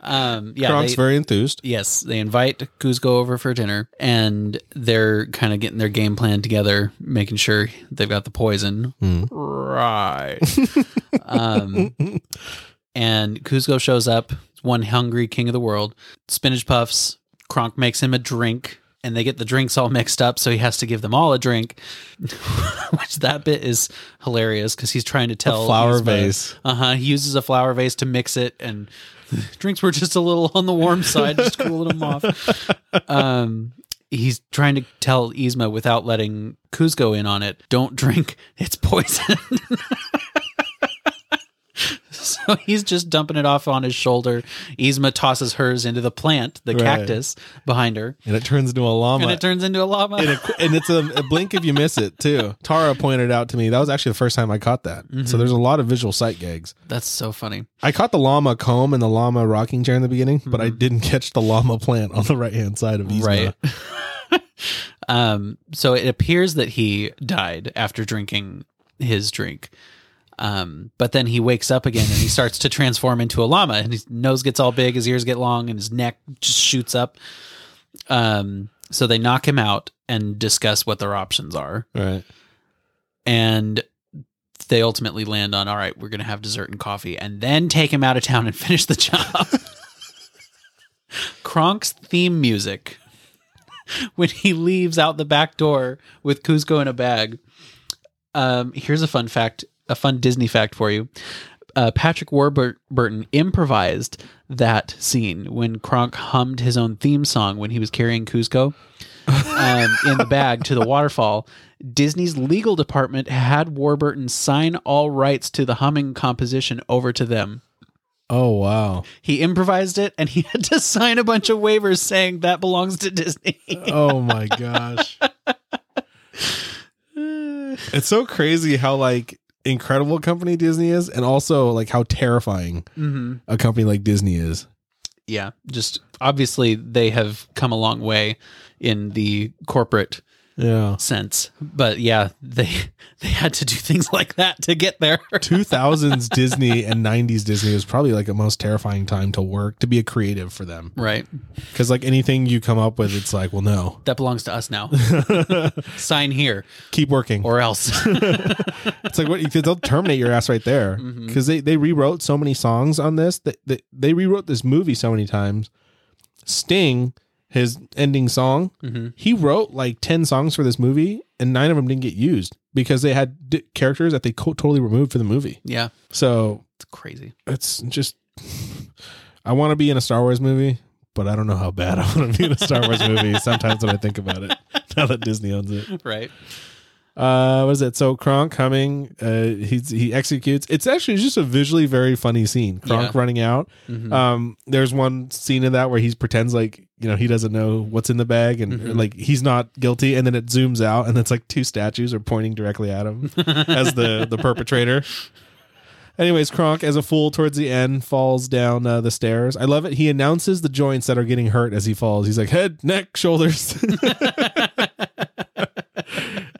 [SPEAKER 2] um, yeah.
[SPEAKER 1] Kronk's
[SPEAKER 2] they-
[SPEAKER 1] very enthused.
[SPEAKER 2] Yes, they invite Kuzco over for dinner, and they're kind of getting their game plan together, making sure they've got the poison right. um, and Kuzco shows up, one hungry king of the world, spinach puffs. Kronk makes him a drink, and they get the drinks all mixed up, so he has to give them all a drink. Which that bit is hilarious because he's trying to tell
[SPEAKER 1] flower vase.
[SPEAKER 2] Uh huh. He uses a flower vase to mix it, and drinks were just a little on the warm side, just cooling him off. Um, he's trying to tell Yzma without letting Kuzco in on it. Don't drink; it's poison. so he's just dumping it off on his shoulder. Yzma tosses hers into the plant, the
[SPEAKER 1] Right.
[SPEAKER 2] cactus behind her,
[SPEAKER 1] And it turns into a llama.
[SPEAKER 2] and it turns into a llama.
[SPEAKER 1] and, a, and it's a, a blink if you miss it too. Tara pointed out to me that was actually the first time I caught that.
[SPEAKER 2] Mm-hmm.
[SPEAKER 1] So there's a lot of visual sight gags.
[SPEAKER 2] That's so funny.
[SPEAKER 1] I caught the llama comb and the llama rocking chair in the beginning, but I didn't catch the llama plant on the Mm-hmm. right hand side of Yzma.
[SPEAKER 2] Right. um, so it appears that he died after drinking his drink. Um, but then he wakes up again and he starts to transform into a llama and his nose gets all big, his ears get long, and his neck just shoots up. Um, so they knock him out and discuss what their options are.
[SPEAKER 1] Right.
[SPEAKER 2] And they ultimately land on all right, we're gonna have dessert and coffee, and then take him out of town and finish the job. Kronk's theme music when he leaves out the back door with Kuzco in a bag. Um, here's a fun fact, a fun Disney fact for you. Uh, Patrick Warburton improvised that scene when Kronk hummed his own theme song when he was carrying Kuzco um, in the bag to the waterfall. Disney's legal department had Warburton sign all rights to the humming composition over to them.
[SPEAKER 1] Oh wow.
[SPEAKER 2] He improvised it and he had to sign a bunch of waivers saying that belongs to Disney.
[SPEAKER 1] Oh my gosh. it's so crazy how like incredible company Disney is and also like how terrifying
[SPEAKER 2] hmm
[SPEAKER 1] a company like Disney is.
[SPEAKER 2] Yeah, just obviously they have come a long way in the corporate
[SPEAKER 1] Yeah.
[SPEAKER 2] sense, but yeah, they they had to do things like that to get there.
[SPEAKER 1] 2000s Disney and 90s Disney was probably like a most terrifying time to work to be a creative for them
[SPEAKER 2] right,
[SPEAKER 1] because like anything you come up with it's like well no
[SPEAKER 2] that belongs to us now. sign here
[SPEAKER 1] keep working
[SPEAKER 2] or else.
[SPEAKER 1] it's like what you- they'll terminate your ass right there because they, they rewrote so many songs on this that they, they rewrote this movie so many times sting his ending song
[SPEAKER 2] Mhm.
[SPEAKER 1] he wrote like 10 songs for this movie and nine of them didn't get used because they had di- characters that they co- totally removed for the movie
[SPEAKER 2] Yeah,
[SPEAKER 1] so
[SPEAKER 2] it's crazy.
[SPEAKER 1] it's just i want to be in a star wars movie but i don't know how bad i want to be in a star wars movie sometimes when i think about it now that disney owns it
[SPEAKER 2] Right.
[SPEAKER 1] uh what is it so kronk coming uh he's he executes it's actually just a visually very funny scene kronk
[SPEAKER 2] Yeah.
[SPEAKER 1] running out
[SPEAKER 2] Mhm.
[SPEAKER 1] um there's one scene in that where he pretends like you know he doesn't know what's in the bag and
[SPEAKER 2] Mhm.
[SPEAKER 1] like he's not guilty and then it zooms out and it's like two statues are pointing directly at him as the the perpetrator anyways kronk as a fool towards the end falls down uh, the stairs i love it he announces the joints that are getting hurt as he falls he's like head neck shoulders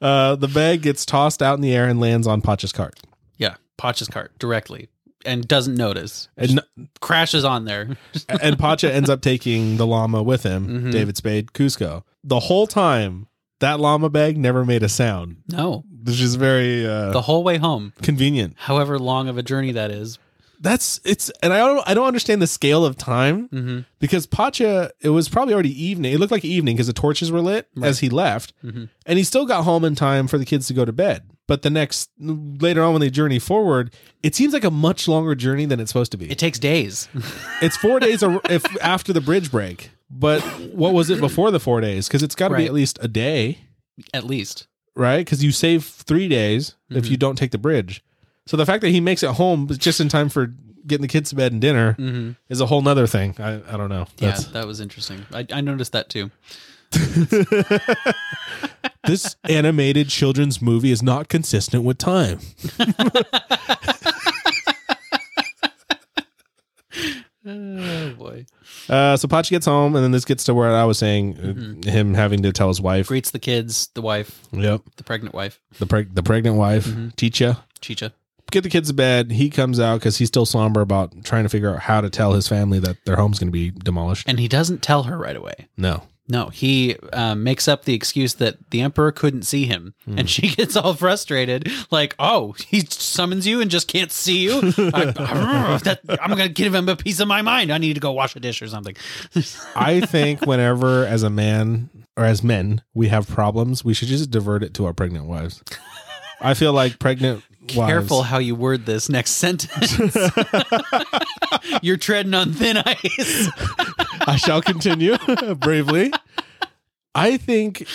[SPEAKER 1] uh, the bag gets tossed out in the air and lands on Pacha's cart.
[SPEAKER 2] Yeah, Pacha's cart directly and doesn't notice.
[SPEAKER 1] And
[SPEAKER 2] Crashes on there.
[SPEAKER 1] and Pacha ends up taking the llama with him,
[SPEAKER 2] Mhm.
[SPEAKER 1] David Spade, Cusco. The whole time, that llama bag never made a sound,
[SPEAKER 2] No,
[SPEAKER 1] which is very uh,
[SPEAKER 2] the whole way home,
[SPEAKER 1] convenient.
[SPEAKER 2] however long of a journey that is.
[SPEAKER 1] That's it's, and I don't, I don't understand the scale of time
[SPEAKER 2] Mhm.
[SPEAKER 1] because Pacha, it was probably already evening. It looked like evening because the torches were lit as he left,
[SPEAKER 2] Mhm.
[SPEAKER 1] and he still got home in time for the kids to go to bed. But the next later on when they journey forward, it seems like a much longer journey than it's supposed to be.
[SPEAKER 2] It takes days.
[SPEAKER 1] It's four days ar- if, after the bridge break. But what was it before the four days? Because it's got to be
[SPEAKER 2] Right.
[SPEAKER 1] at least a day,
[SPEAKER 2] at least.
[SPEAKER 1] right? Because you save three days if
[SPEAKER 2] Mhm.
[SPEAKER 1] you don't take the bridge. So the fact that he makes it home just in time for getting the kids to bed and dinner
[SPEAKER 2] Mm-hmm.
[SPEAKER 1] is a whole nother thing. I, I don't know.
[SPEAKER 2] Yeah,
[SPEAKER 1] That's-
[SPEAKER 2] that was interesting. I, I noticed that too.
[SPEAKER 1] this animated children's movie is not consistent with time.
[SPEAKER 2] Oh boy!
[SPEAKER 1] Uh, so Pachi gets home, and then this gets to where I was saying uh,
[SPEAKER 2] Mm-hmm.
[SPEAKER 1] him having to tell his wife.
[SPEAKER 2] Greets the kids, the wife,
[SPEAKER 1] Yep.
[SPEAKER 2] the pregnant wife,
[SPEAKER 1] The, preg- the pregnant wife,
[SPEAKER 2] Mm-hmm.
[SPEAKER 1] Teacher.
[SPEAKER 2] Chicha.
[SPEAKER 1] get the kids to bed. He comes out because he's still somber about trying to figure out how to tell his family that their home's going to be demolished.
[SPEAKER 2] And he doesn't tell her right away.
[SPEAKER 1] No.
[SPEAKER 2] No, he uh, makes up the excuse that the emperor couldn't see him,
[SPEAKER 1] Hmm.
[SPEAKER 2] and she gets all frustrated. Like, oh, he summons you and just can't see you. I, that, I'm gonna give him a piece of my mind. I need to go wash a dish or something.
[SPEAKER 1] I think whenever, as a man or as men, we have problems, we should just divert it to our pregnant wives. I feel like pregnant wives.
[SPEAKER 2] Careful how you word this next sentence. You're treading on thin ice.
[SPEAKER 1] I shall continue bravely. I think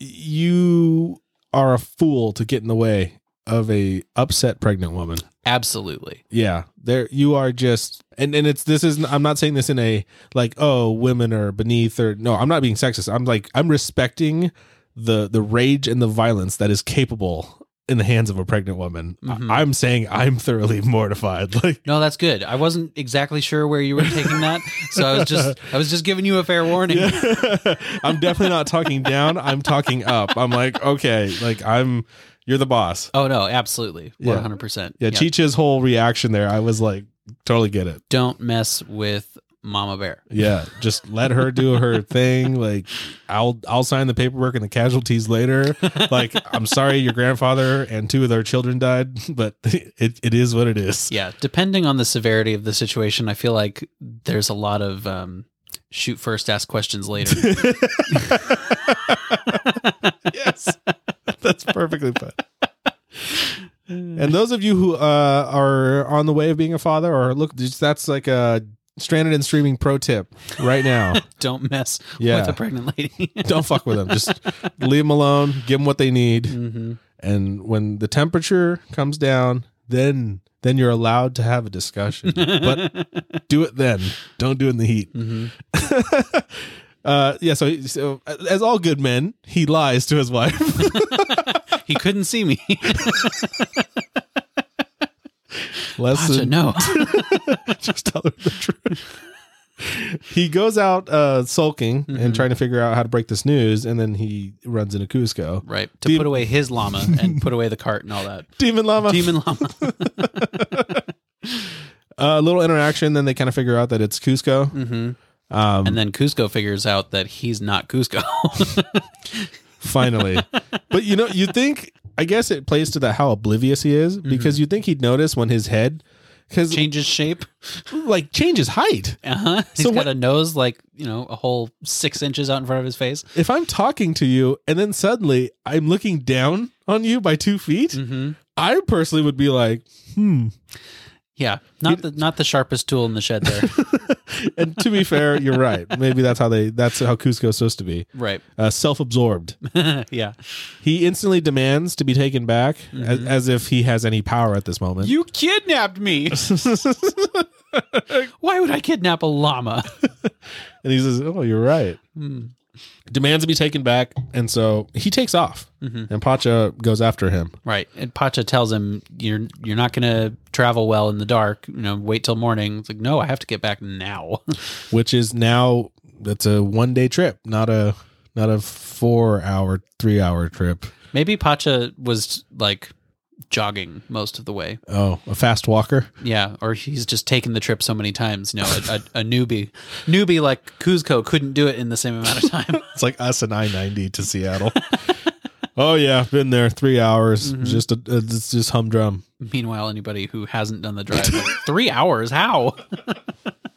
[SPEAKER 1] you are a fool to get in the way of a upset pregnant woman.
[SPEAKER 2] Absolutely.
[SPEAKER 1] Yeah, there you are just and and it's this is I'm not saying this in a like oh women are beneath or no I'm not being sexist I'm like I'm respecting the the rage and the violence that is capable in the hands of a pregnant woman.
[SPEAKER 2] Mhm.
[SPEAKER 1] I, am saying I'm thoroughly mortified. Like
[SPEAKER 2] No, that's good. I wasn't exactly sure where you were taking that, so I was just I was just giving you a fair warning.
[SPEAKER 1] I'm definitely not talking down. I'm talking up. I'm like okay, like I'm you're the boss.
[SPEAKER 2] Oh no, absolutely.
[SPEAKER 1] Yeah.
[SPEAKER 2] 100%.
[SPEAKER 1] Yeah, Chicha's whole reaction there, I was like totally get it.
[SPEAKER 2] Don't mess with Mama Bear.
[SPEAKER 1] Yeah, just let her do her thing. Like, I'll I'll sign the paperwork and the casualties later. Like, I'm sorry, your grandfather and two of their children died, but it, it is what it is.
[SPEAKER 2] Yeah, depending on the severity of the situation, I feel like there's a lot of um, shoot first, ask questions later.
[SPEAKER 1] Yes, that's perfectly fine. And those of you who uh, are on the way of being a father, or look, that's like a stranded and streaming pro tip right now.
[SPEAKER 2] Don't mess
[SPEAKER 1] Yeah.
[SPEAKER 2] with a pregnant lady.
[SPEAKER 1] Don't fuck with them. Just leave them alone. Give them what they need.
[SPEAKER 2] hmm
[SPEAKER 1] and when the temperature comes down then then you're allowed to have a discussion but do it then don't do it in the heat
[SPEAKER 2] hmm
[SPEAKER 1] uh yeah so, so as all good men he lies to his wife
[SPEAKER 2] He couldn't see me. Pacha,
[SPEAKER 1] lesson
[SPEAKER 2] no.
[SPEAKER 1] just tell her the truth he goes out uh sulking
[SPEAKER 2] Mm-hmm.
[SPEAKER 1] and trying to figure out how to break this news and then he runs into cusco
[SPEAKER 2] right. To
[SPEAKER 1] Demon-
[SPEAKER 2] put away his llama and put away the cart and all that.
[SPEAKER 1] demon llama
[SPEAKER 2] Demon llama.
[SPEAKER 1] uh, little interaction then they kind of figure out that it's cusco
[SPEAKER 2] hmm
[SPEAKER 1] um
[SPEAKER 2] And then Cusco figures out that he's not Cusco.
[SPEAKER 1] finally. but you know, you think I guess it plays to that how oblivious he is because you think he'd notice when his head because
[SPEAKER 2] Changes shape.
[SPEAKER 1] like changes height.
[SPEAKER 2] Uh huh. He's
[SPEAKER 1] So
[SPEAKER 2] got
[SPEAKER 1] what-
[SPEAKER 2] a nose like, you know, a whole six inches out in front of his face.
[SPEAKER 1] If I'm talking to you and then suddenly I'm looking down on you by two feet,
[SPEAKER 2] hmm
[SPEAKER 1] I personally would be like, hmm.
[SPEAKER 2] Yeah. Not the not the sharpest tool in the shed there.
[SPEAKER 1] And to be fair, you're right. Maybe that's how they that's how Cusco's supposed to be.
[SPEAKER 2] right.
[SPEAKER 1] Uh, self-absorbed.
[SPEAKER 2] yeah.
[SPEAKER 1] He instantly demands to be taken back as, as if he has any power at this moment.
[SPEAKER 2] You kidnapped me. Why would I kidnap a llama?
[SPEAKER 1] and he says, "Oh, you're right."
[SPEAKER 2] Mm.
[SPEAKER 1] demands to be taken back, and so he takes off,
[SPEAKER 2] Mhm.
[SPEAKER 1] and Pacha goes after him.
[SPEAKER 2] Right. And Pacha tells him, You're you're not gonna travel well in the dark, you know, wait till morning. It's like, no, I have to get back now.
[SPEAKER 1] which is now that's a one day trip, not a not a four hour, three hour trip.
[SPEAKER 2] Maybe Pacha was like jogging most of the way.
[SPEAKER 1] Oh, a fast walker.
[SPEAKER 2] Yeah, or he's just taken the trip so many times. You know, a, a, a newbie, newbie like Kuzco couldn't do it in the same amount of time.
[SPEAKER 1] It's like us and I ninety to Seattle. oh yeah, been there three hours. Just a, a it's just humdrum.
[SPEAKER 2] Meanwhile, anybody who hasn't done the drive like, three hours, how?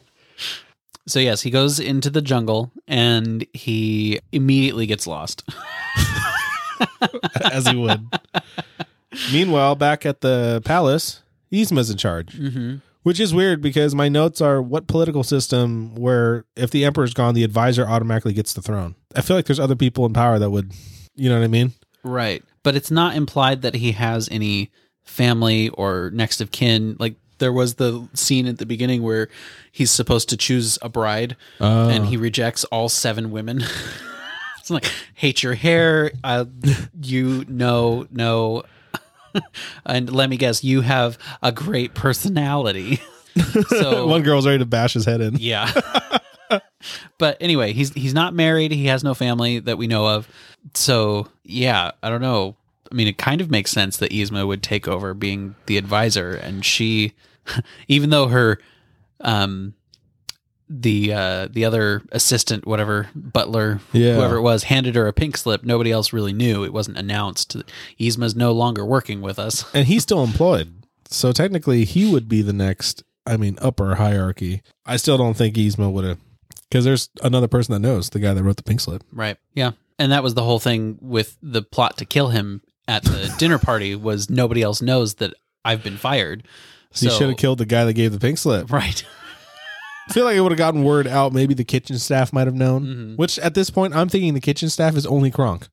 [SPEAKER 2] so yes, he goes into the jungle and he immediately gets lost.
[SPEAKER 1] as he would. Meanwhile, back at the palace, Yzma's in charge. Which is weird because my notes are what political system where if the emperor's gone, the advisor automatically gets the throne. I feel like there's other people in power that would, you know what I mean?
[SPEAKER 2] Right. But it's not implied that he has any family or next of kin. Like there was the scene at the beginning where he's supposed to choose a bride and he rejects all seven women. it's like, hate your hair. Uh, you, no, no. and let me guess, you have a great personality. so
[SPEAKER 1] One girl's ready to bash his head in.
[SPEAKER 2] yeah. but anyway, he's he's not married. He has no family that we know of. So yeah, I don't know. I mean, it kind of makes sense that Yzma would take over being the advisor, and she, even though her, um, the uh, the other assistant, whatever butler,
[SPEAKER 1] Yeah.
[SPEAKER 2] whoever it was, handed her a pink slip. Nobody else really knew. It wasn't announced. Yzma's no longer working with us.
[SPEAKER 1] And he's still employed. So technically, he would be the next, I mean, upper hierarchy. I still don't think Yzma would have, because there's another person that knows the guy that wrote the pink slip.
[SPEAKER 2] Right. Yeah. And that was the whole thing with the plot to kill him at the dinner party was nobody else knows that I've been fired.
[SPEAKER 1] So he should have killed the guy that gave the pink slip.
[SPEAKER 2] Right.
[SPEAKER 1] I feel like it would have gotten word out. Maybe the kitchen staff might have known.
[SPEAKER 2] Mhm.
[SPEAKER 1] Which at this point, I'm thinking the kitchen staff is only Kronk,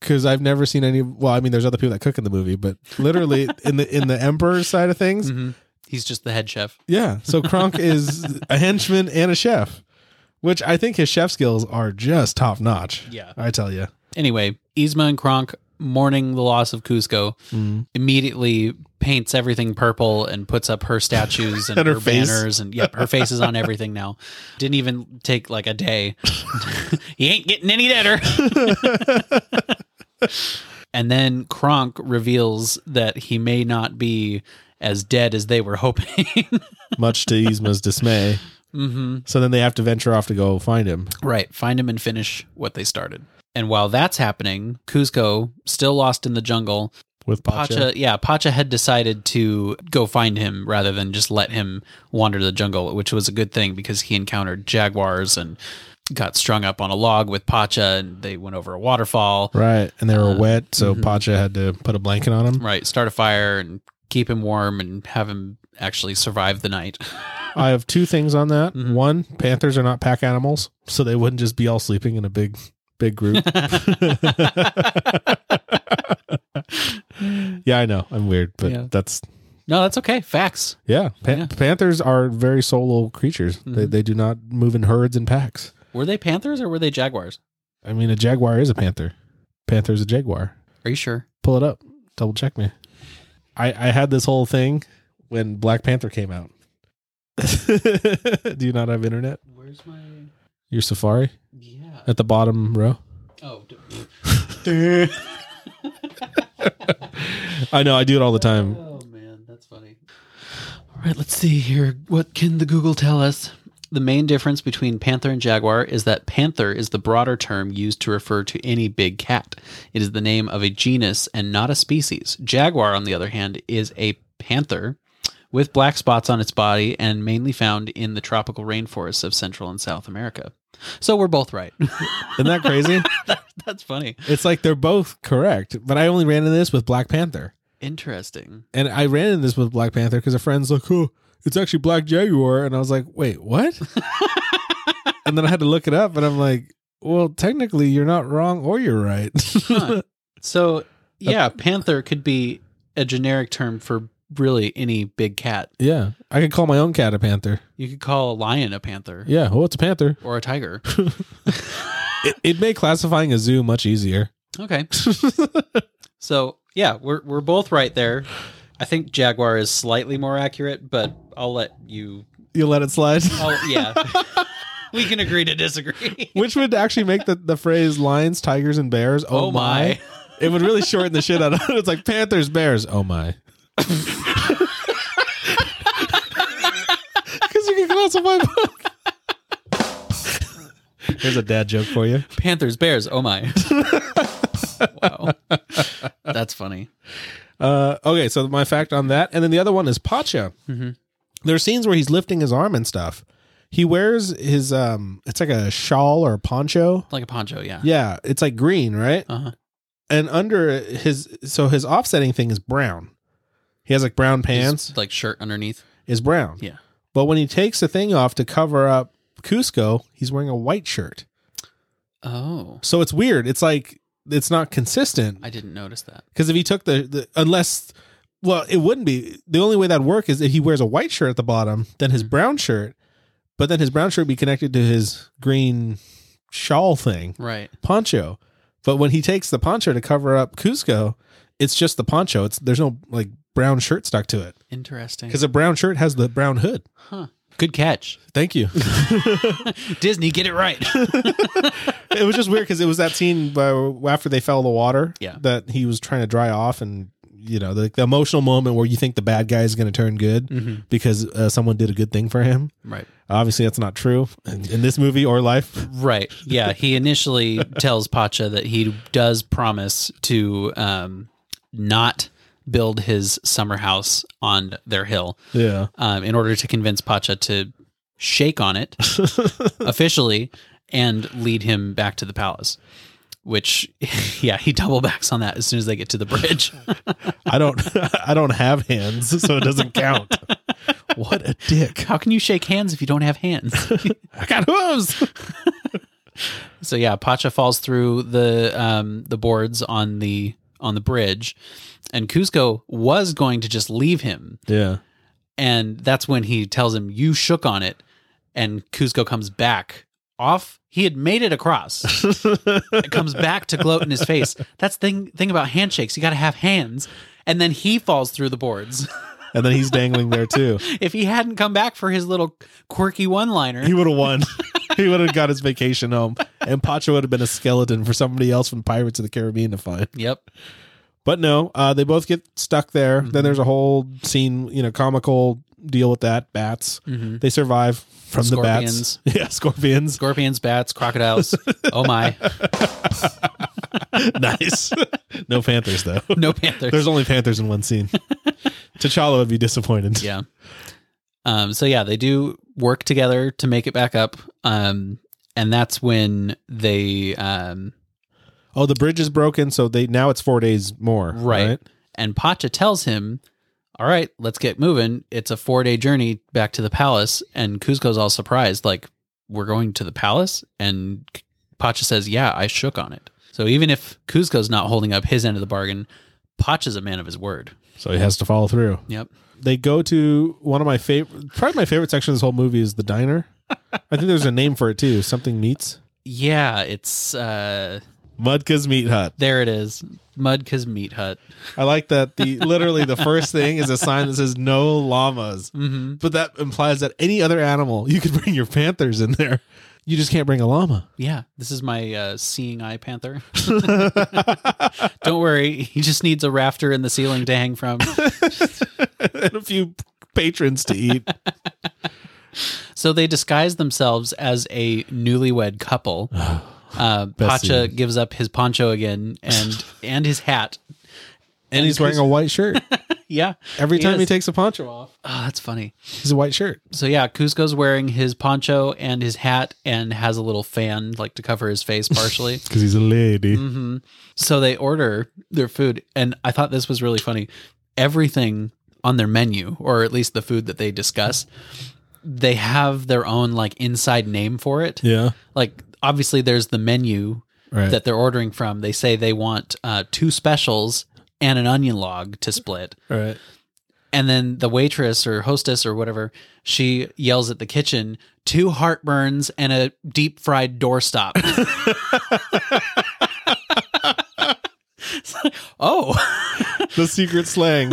[SPEAKER 1] because I've never seen any. Well, I mean, there's other people that cook in the movie, but literally in the in the emperor's side of things,
[SPEAKER 2] Mhm. He's just the head chef.
[SPEAKER 1] yeah. So Kronk is a henchman and a chef, which I think his chef skills are just top notch.
[SPEAKER 2] Yeah.
[SPEAKER 1] I tell you.
[SPEAKER 2] Anyway, Yzma and Kronk mourning the loss of Cusco
[SPEAKER 1] Mm-hmm.
[SPEAKER 2] immediately paints everything purple and puts up her statues and,
[SPEAKER 1] And her
[SPEAKER 2] her,
[SPEAKER 1] face.
[SPEAKER 2] banners and yep, her face is on everything now. Didn't even take like a day. he ain't getting any better. and then Kronk reveals that he may not be as dead as they were hoping.
[SPEAKER 1] Much to Yzma's dismay.
[SPEAKER 2] hmm
[SPEAKER 1] So then they have to venture off to go find him.
[SPEAKER 2] Right. Find him and finish what they started. And while that's happening, Cusco, still lost in the jungle,
[SPEAKER 1] With Pacha.
[SPEAKER 2] Pacha, yeah, Pacha had decided to go find him rather than just let him wander the jungle, which was a good thing because he encountered jaguars and got strung up on a log with Pacha, and they went over a waterfall. Right,
[SPEAKER 1] Right. And they were
[SPEAKER 2] Uh,
[SPEAKER 1] wet, so
[SPEAKER 2] mm-hmm.
[SPEAKER 1] Pacha had to put a blanket on him.
[SPEAKER 2] start a fire and keep him warm and have him actually survive the night.
[SPEAKER 1] I have two things on that.
[SPEAKER 2] Mm-hmm.
[SPEAKER 1] One, panthers are not pack animals, so they wouldn't just be all sleeping in a big, big group. yeah, I know. I'm weird, but
[SPEAKER 2] Yeah.
[SPEAKER 1] that's
[SPEAKER 2] no, that's okay. Facts.
[SPEAKER 1] yeah. Pa-
[SPEAKER 2] Yeah. Mm-hmm.
[SPEAKER 1] Panthers are very solo creatures. They they do not move in herds and packs.
[SPEAKER 2] Were they panthers or were they jaguars?
[SPEAKER 1] I mean, a jaguar is a panther. Panther's a jaguar.
[SPEAKER 2] Are you sure?
[SPEAKER 1] Pull it up. Double check me. I I had this whole thing when Black Panther came out. do you not have internet?
[SPEAKER 2] Where's my
[SPEAKER 1] Your Safari
[SPEAKER 2] yeah?
[SPEAKER 1] at the bottom row.
[SPEAKER 2] Oh, d-
[SPEAKER 1] I know. I do it all the time.
[SPEAKER 2] Oh man, that's funny. All right, let's see here. What can the Google tell us? The main difference between panther and jaguar is that panther is the broader term used to refer to any big cat. It is the name of a genus and not a species. Jaguar, on the other hand, is a panther with black spots on its body and mainly found in the tropical rainforests of Central and South America. So we're both right.
[SPEAKER 1] Isn't that crazy?
[SPEAKER 2] that's funny.
[SPEAKER 1] it's like they're both correct, but I only ran into this with Black Panther.
[SPEAKER 2] Interesting.
[SPEAKER 1] And I ran into this with Black Panther because a friend's like, oh, it's actually Black Jaguar. And I was like, wait, what? and then I had to look it up and I'm like, well, technically, you're not wrong or you're right.
[SPEAKER 2] Huh. So yeah, panther could be a generic term for really any big cat.
[SPEAKER 1] yeah. I could call my own cat a panther.
[SPEAKER 2] You could call a lion a panther
[SPEAKER 1] Yeah. Oh, it's a panther.
[SPEAKER 2] or a tiger.
[SPEAKER 1] It, it made classifying a zoo much easier.
[SPEAKER 2] Okay. so yeah, we're we're both right there. I think jaguar is slightly more accurate, but I'll let you.
[SPEAKER 1] You let it slide.
[SPEAKER 2] I'll, yeah, we can agree to disagree.
[SPEAKER 1] Which would actually make the, the phrase lions, tigers, and bears. Oh,
[SPEAKER 2] Oh
[SPEAKER 1] my.
[SPEAKER 2] my.
[SPEAKER 1] It would really shorten the shit out of it. It's like Panthers, bears. Oh my. Because you can classify both. Here's a dad joke for you.
[SPEAKER 2] Panthers, bears. Oh my. wow, that's funny.
[SPEAKER 1] Uh, okay, so my fact on that, and then the other one is Pacha. There are scenes where he's lifting his arm and stuff. He wears his um, it's like a shawl or a poncho.
[SPEAKER 2] Like a poncho, yeah.
[SPEAKER 1] Yeah, it's like green, right?
[SPEAKER 2] Uh-huh.
[SPEAKER 1] And under his so his offsetting thing is brown. He has like brown pants.
[SPEAKER 2] Just, like shirt underneath.
[SPEAKER 1] is brown.
[SPEAKER 2] Yeah.
[SPEAKER 1] But when he takes the thing off to cover up Cusco, he's wearing a white shirt.
[SPEAKER 2] Oh,
[SPEAKER 1] So it's weird. It's like it's not consistent
[SPEAKER 2] I didn't notice that.
[SPEAKER 1] because if he took the, the unless well it wouldn't be the only way that'd work is if he wears a white shirt at the bottom then
[SPEAKER 2] Mm-hmm.
[SPEAKER 1] his brown shirt but then his brown shirt would be connected to his green shawl thing
[SPEAKER 2] Right.
[SPEAKER 1] poncho but when he takes the poncho to cover up Cusco it's just the poncho it's there's no like brown shirt stuck to it
[SPEAKER 2] Interesting.
[SPEAKER 1] because a brown shirt has the brown hood
[SPEAKER 2] Huh. Good catch.
[SPEAKER 1] thank you
[SPEAKER 2] Disney, get it right.
[SPEAKER 1] it was just weird because it was that scene uh, after they fell in the water
[SPEAKER 2] Yeah.
[SPEAKER 1] that he was trying to dry off and you know the, the emotional moment where you think the bad guy is going to turn good
[SPEAKER 2] mm-hmm.
[SPEAKER 1] because uh, someone did a good thing for him
[SPEAKER 2] Right.
[SPEAKER 1] obviously that's not true in, in this movie or life
[SPEAKER 2] Right. Yeah. He initially tells Pacha that he does promise to um, not build his summer house on their hill
[SPEAKER 1] yeah
[SPEAKER 2] um, in order to convince Pacha to shake on it officially and lead him back to the palace. Which, yeah, he double backs on that as soon as they get to the bridge.
[SPEAKER 1] i don't i don't have hands so it doesn't count what a dick
[SPEAKER 2] How can you shake hands if you don't have hands?
[SPEAKER 1] i got hooves
[SPEAKER 2] So yeah, Pacha falls through the um, the boards on the on the bridge, and Cusco was going to just leave him,
[SPEAKER 1] yeah
[SPEAKER 2] and that's when he tells him, "You shook on it," and Cusco comes back off. He had made it across. it comes back to gloat in his face. That's the thing thing about handshakes. You got to have hands, and then he falls through the boards.
[SPEAKER 1] and then he's dangling there too
[SPEAKER 2] if he hadn't come back for his little quirky one liner,
[SPEAKER 1] he would have won he would have got his vacation home and pacho would have been a skeleton for somebody else from pirates of the caribbean to find
[SPEAKER 2] yep,
[SPEAKER 1] But no, uh, they both get stuck there.
[SPEAKER 2] Mm-hmm.
[SPEAKER 1] Then there's a whole scene, you know, comical deal with that. Bats.
[SPEAKER 2] Mhm.
[SPEAKER 1] They survive from
[SPEAKER 2] Scorpions.
[SPEAKER 1] the bats. Yeah, scorpions.
[SPEAKER 2] scorpions, bats, crocodiles. oh my,
[SPEAKER 1] nice. no panthers though.
[SPEAKER 2] no panthers.
[SPEAKER 1] There's only panthers in one scene. T'Challa would be disappointed.
[SPEAKER 2] yeah. Um, so yeah, they do work together to make it back up. Um, and that's when they um,
[SPEAKER 1] Oh, the bridge is broken, so they now it's four days more.
[SPEAKER 2] right. And Pacha tells him, "All right, let's get moving. It's a four day journey back to the palace." And Cusco's all surprised, like, "We're going to the palace?" And Pacha says, "Yeah, I shook on it." So even if Cusco's not holding up his end of the bargain, Pacha's a man of his word.
[SPEAKER 1] So he has to follow through.
[SPEAKER 2] Yep.
[SPEAKER 1] They go to one of my favorite, probably my favorite section of this whole movie is the diner. I think there's a name for it too. Something meats.
[SPEAKER 2] Yeah, it's uh,
[SPEAKER 1] Mudka's Meat Hut.
[SPEAKER 2] there. It is Mudka's Meat Hut.
[SPEAKER 1] I like that the literally the first thing is a sign that says no llamas.
[SPEAKER 2] Mm-hmm.
[SPEAKER 1] But that implies that any other animal, you could bring your panthers in there. You just can't bring a llama.
[SPEAKER 2] Yeah, this is my uh, seeing eye panther. Don't worry, he just needs a rafter in the ceiling to hang from.
[SPEAKER 1] and a few patrons to eat.
[SPEAKER 2] So they disguise themselves as a newlywed couple. Uh,
[SPEAKER 1] Best
[SPEAKER 2] Pacha
[SPEAKER 1] scene.
[SPEAKER 2] gives up his poncho again and and his hat.
[SPEAKER 1] And he's wearing a white shirt.
[SPEAKER 2] Yeah,
[SPEAKER 1] Every
[SPEAKER 2] He
[SPEAKER 1] time he
[SPEAKER 2] is.
[SPEAKER 1] takes a poncho off,
[SPEAKER 2] oh, that's funny.
[SPEAKER 1] he's a white shirt.
[SPEAKER 2] So yeah, Cusco's wearing his poncho and his hat and has a little fan like to cover his face partially.
[SPEAKER 1] Because he's a lady.
[SPEAKER 2] hmm So they order their food, and I thought this was really funny. Everything on their menu, or at least the food that they discuss, they have their own like inside name for it.
[SPEAKER 1] Yeah.
[SPEAKER 2] Like obviously, there's the menu
[SPEAKER 1] Right.
[SPEAKER 2] that they're ordering from. They say they want uh, two specials and an onion log to split.
[SPEAKER 1] right.
[SPEAKER 2] And then the waitress or hostess or whatever, she yells at the kitchen, two heartburns and a deep fried doorstop. It's like, oh,
[SPEAKER 1] The secret slang.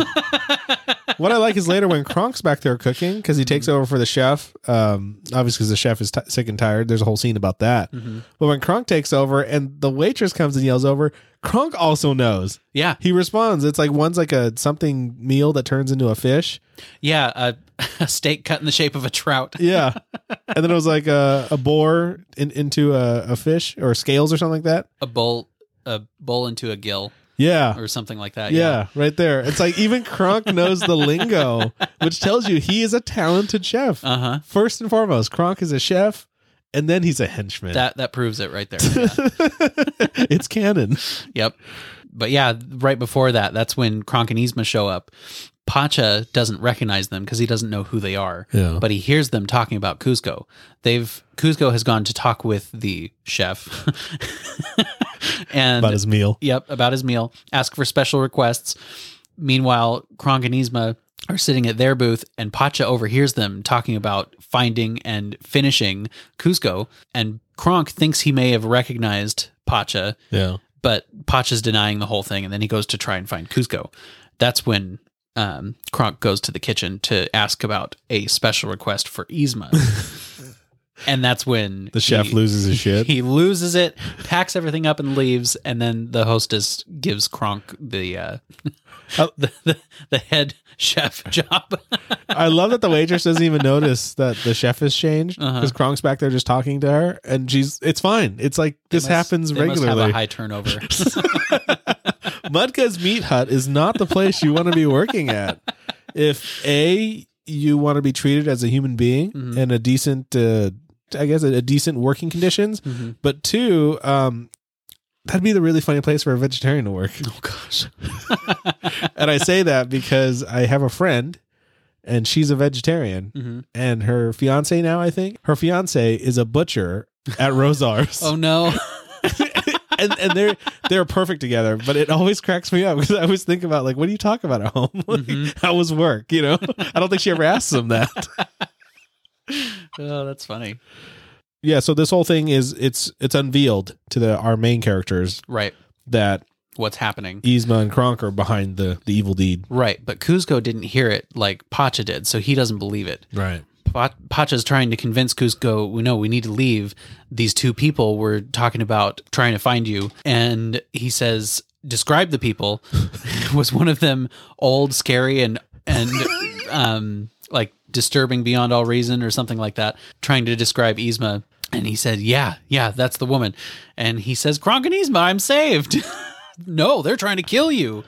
[SPEAKER 1] what I like is later when Kronk's back there cooking because he takes over for the chef. Um, obviously, because the chef is t- sick and tired. There's a whole scene about that. But when Kronk takes over and the waitress comes and yells over, Kronk also knows.
[SPEAKER 2] yeah,
[SPEAKER 1] He responds. It's like one's like a something meal that turns into a fish.
[SPEAKER 2] yeah, a, a steak cut in the shape of a trout.
[SPEAKER 1] Yeah. and then it was like a, a boar in, into a, a fish or scales or something like that.
[SPEAKER 2] a bowl, a bowl into a gill
[SPEAKER 1] Yeah.
[SPEAKER 2] or something like that.
[SPEAKER 1] Yeah, right there. It's like even Kronk knows the lingo, which tells you he is a talented chef.
[SPEAKER 2] Uh huh.
[SPEAKER 1] first and foremost, Kronk is a chef, and then he's a henchman.
[SPEAKER 2] That that proves it right there. Yeah.
[SPEAKER 1] it's canon.
[SPEAKER 2] Yep. But yeah, right before that, that's when Kronk and Yzma show up Pacha doesn't recognize them because he doesn't know who they are.
[SPEAKER 1] Yeah.
[SPEAKER 2] But he hears them talking about Cusco. They've Cusco has gone to talk with the chef. and
[SPEAKER 1] about his meal.
[SPEAKER 2] Yep, about his meal. Ask for special requests. Meanwhile, Kronk and Yzma are sitting at their booth, and Pacha overhears them talking about finding and finishing Cusco. And Kronk thinks he may have recognized Pacha,
[SPEAKER 1] Yeah.
[SPEAKER 2] but Pacha's denying the whole thing, and then he goes to try and find Cusco. That's when um, Kronk goes to the kitchen to ask about a special request for Yzma. and that's when
[SPEAKER 1] The chef
[SPEAKER 2] he-
[SPEAKER 1] loses his shit.
[SPEAKER 2] he loses it, packs everything up, and leaves. And then the hostess gives Kronk the uh,
[SPEAKER 1] Oh.
[SPEAKER 2] the, the the head chef job.
[SPEAKER 1] I love that the waitress doesn't even notice that the chef has changed
[SPEAKER 2] Uh-huh.
[SPEAKER 1] because Kronk's back there just talking to her, and she's it's fine. It's like this
[SPEAKER 2] They must-
[SPEAKER 1] happens
[SPEAKER 2] they must have a
[SPEAKER 1] regularly.
[SPEAKER 2] high turnover.
[SPEAKER 1] Mudka's Meat Hut is not the place you want to be working at. If a you want to be treated as a human being
[SPEAKER 2] Mhm.
[SPEAKER 1] and a decent, uh, I guess, a, a decent working conditions,
[SPEAKER 2] Mhm.
[SPEAKER 1] but two, um, that'd be the really funny place for a vegetarian to work.
[SPEAKER 2] Oh gosh.
[SPEAKER 1] and I say that because I have a friend, and she's a vegetarian,
[SPEAKER 2] hmm
[SPEAKER 1] and her fiance now, I think her fiance is a butcher at Rosar's.
[SPEAKER 2] Oh no.
[SPEAKER 1] and and they're they're perfect together. But it always cracks me up because I always think about like, what do you talk about at home? like,
[SPEAKER 2] Mhm.
[SPEAKER 1] How was work? You know, I don't think she ever asks them that.
[SPEAKER 2] Oh, that's funny.
[SPEAKER 1] yeah. So this whole thing is it's it's unveiled to the our main characters
[SPEAKER 2] Right.
[SPEAKER 1] that
[SPEAKER 2] What's happening?
[SPEAKER 1] Yzma and Kronk are behind the the evil deed.
[SPEAKER 2] Right, but Kuzco didn't hear it like Pacha did, so he doesn't believe it.
[SPEAKER 1] Right.
[SPEAKER 2] Pa- Pacha's trying to convince Cusco, we know we need to leave. These two people were talking about trying to find you. And he says, describe the people. Was one of them old, scary, and, and, um, like disturbing beyond all reason or something like that, trying to describe Yzma. And he said, yeah, yeah, that's the woman. And he says, Kronk and Yzma, I'm saved. no, they're trying to kill you.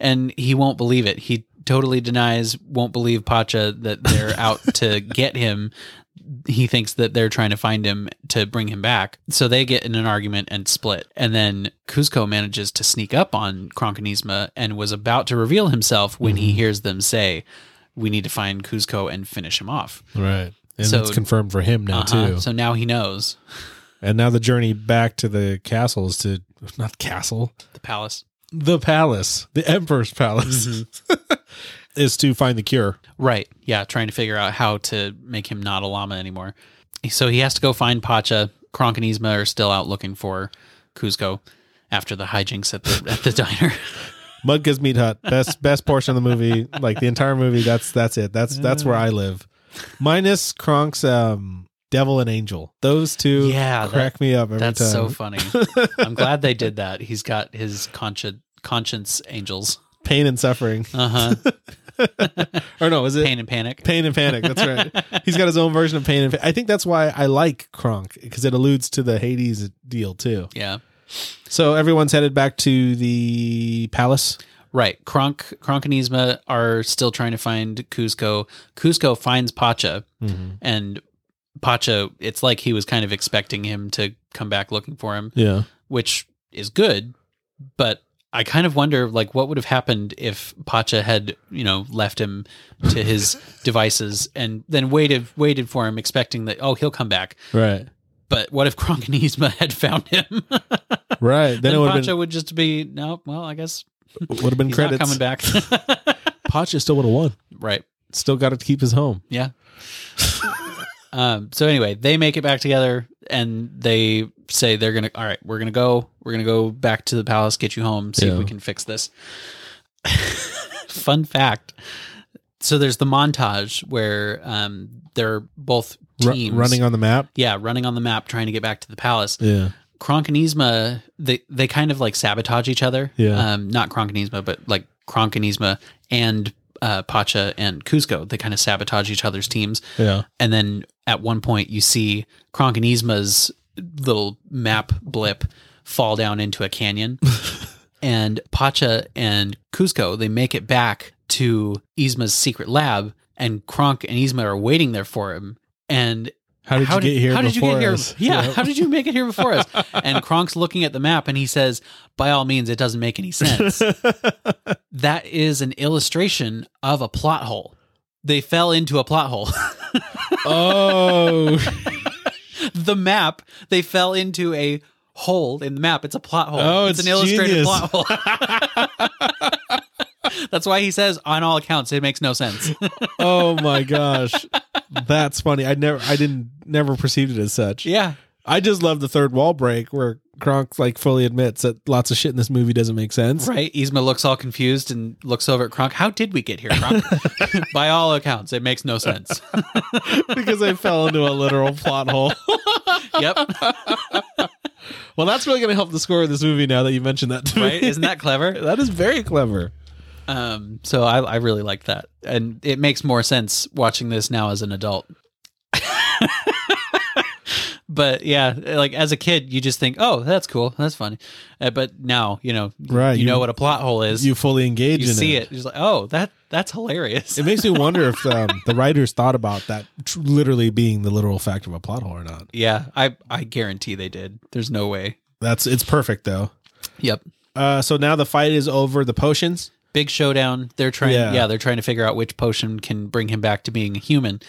[SPEAKER 2] And he won't believe it. He totally denies, won't believe Pacha that they're out to get him. He thinks that they're trying to find him to bring him back. So they get in an argument and split. And then Cusco manages to sneak up on Kronkinisma and was about to reveal himself when he hears them say, We need to find Cusco and finish him off.
[SPEAKER 1] Right. And
[SPEAKER 2] So-
[SPEAKER 1] it's confirmed for him now
[SPEAKER 2] Uh-huh.
[SPEAKER 1] too.
[SPEAKER 2] So now he knows
[SPEAKER 1] and now the journey back to the castle is to not castle,
[SPEAKER 2] the palace.
[SPEAKER 1] the palace, the emperor's palace,
[SPEAKER 2] Mm-hmm.
[SPEAKER 1] is to find the cure.
[SPEAKER 2] Right. Yeah. Trying to figure out how to make him not a llama anymore. So he has to go find Pacha. Kronk and Yzma are still out looking for Cusco after the hijinks at the, at the diner.
[SPEAKER 1] Mudka's Meat Hut, best best portion of the movie, like the entire movie. That's that's it. That's that's where I live, minus Kronk's um, Devil and Angel. Those two,
[SPEAKER 2] Yeah, that-
[SPEAKER 1] crack me up every
[SPEAKER 2] That's
[SPEAKER 1] time.
[SPEAKER 2] so funny. I'm glad they did that. He's got his conscience conscience angels.
[SPEAKER 1] Pain and suffering,
[SPEAKER 2] Uh huh.
[SPEAKER 1] or no, is it pain.
[SPEAKER 2] Pain and panic.
[SPEAKER 1] and panic? That's right. He's got his own version of pain and. Pa- I think that's why I like Kronk because it alludes to the Hades deal too.
[SPEAKER 2] Yeah.
[SPEAKER 1] So everyone's headed back to the palace.
[SPEAKER 2] Right. Kronk, Kronk and Yzma are still trying to find Cusco. Cusco finds Pacha, and Pacha, it's like he was kind of expecting him to come back looking for him.
[SPEAKER 1] Yeah,
[SPEAKER 2] which is good, but I kind of wonder like what would have happened if Pacha had, you know, left him to his devices and then waited waited for him expecting that oh he'll come back.
[SPEAKER 1] right,
[SPEAKER 2] But what if Kronk and Yzma had found him?
[SPEAKER 1] right. Then
[SPEAKER 2] then
[SPEAKER 1] it would have
[SPEAKER 2] Pacha
[SPEAKER 1] been
[SPEAKER 2] would just be no, well, I guess
[SPEAKER 1] would have been
[SPEAKER 2] he's
[SPEAKER 1] credits.
[SPEAKER 2] not coming back.
[SPEAKER 1] Pacha still would have won.
[SPEAKER 2] right.
[SPEAKER 1] Still got to keep his home.
[SPEAKER 2] Yeah. um, so anyway, they make it back together and they say they're gonna all right, we're gonna go, we're gonna go back to the palace, get you home, see if
[SPEAKER 1] Yeah.
[SPEAKER 2] we can fix this. Fun fact. So there's the montage where um they're both
[SPEAKER 1] Ru-
[SPEAKER 2] teams
[SPEAKER 1] running on the map.
[SPEAKER 2] yeah, running on the map trying to get back to the palace.
[SPEAKER 1] Yeah.
[SPEAKER 2] Kronk and Yzma, they, they kind of like sabotage each other.
[SPEAKER 1] Yeah.
[SPEAKER 2] Um, not Kronk and Yzma, but like Kronk and Yzma and uh, Pacha and Cusco. They kind of sabotage each other's teams.
[SPEAKER 1] Yeah.
[SPEAKER 2] And then at one point, you see Kronk and Yzma's little map blip fall down into a canyon. and Pacha and Cusco, they make it back to Yzma's secret lab, and Kronk and Yzma are waiting there for him. And
[SPEAKER 1] How did you get here
[SPEAKER 2] how did you
[SPEAKER 1] before
[SPEAKER 2] get here?
[SPEAKER 1] us?
[SPEAKER 2] Yeah, how did you make it here before us? And Kronk's looking at the map and he says, by all means, it doesn't make any sense. that is an illustration of a plot hole. They fell into a plot hole.
[SPEAKER 1] Oh,
[SPEAKER 2] the map, they fell into a hole in the map. It's a plot hole.
[SPEAKER 1] Oh, it's
[SPEAKER 2] an illustrated
[SPEAKER 1] genius.
[SPEAKER 2] plot hole. That's why he says, on all accounts, it makes no sense.
[SPEAKER 1] oh my gosh, that's funny. I never, I didn't, never perceived it as such.
[SPEAKER 2] yeah.
[SPEAKER 1] I just love the third wall break where Kronk like fully admits that lots of shit in this movie doesn't make sense.
[SPEAKER 2] Right. Yzma looks all confused and looks over at Kronk. How did we get here, Kronk? By all accounts, it makes no sense.
[SPEAKER 1] because I fell into a literal plot hole.
[SPEAKER 2] yep.
[SPEAKER 1] Well, that's really going to help the score of this movie now that you mentioned that to
[SPEAKER 2] Right.
[SPEAKER 1] me.
[SPEAKER 2] Isn't that clever?
[SPEAKER 1] that is very clever.
[SPEAKER 2] Um, so I, I really like that. And it makes more sense watching this now as an adult. but yeah, like as a kid, you just think, oh, that's cool. That's funny. Uh, but now, you know,
[SPEAKER 1] Right,
[SPEAKER 2] you,
[SPEAKER 1] you-
[SPEAKER 2] know what a plot hole is. You,
[SPEAKER 1] You fully engage in
[SPEAKER 2] see it. You're just like, oh, that that's hilarious.
[SPEAKER 1] It makes me wonder if um, the writers thought about that tr- literally being the literal fact of a plot hole or not.
[SPEAKER 2] yeah, I, I guarantee they did. There's no way.
[SPEAKER 1] That's it's perfect though.
[SPEAKER 2] Yep.
[SPEAKER 1] Uh, so now the fight is over. The potions.
[SPEAKER 2] big showdown. They're trying,
[SPEAKER 1] Yeah.
[SPEAKER 2] yeah. they're trying to figure out which potion can bring him back to being a human.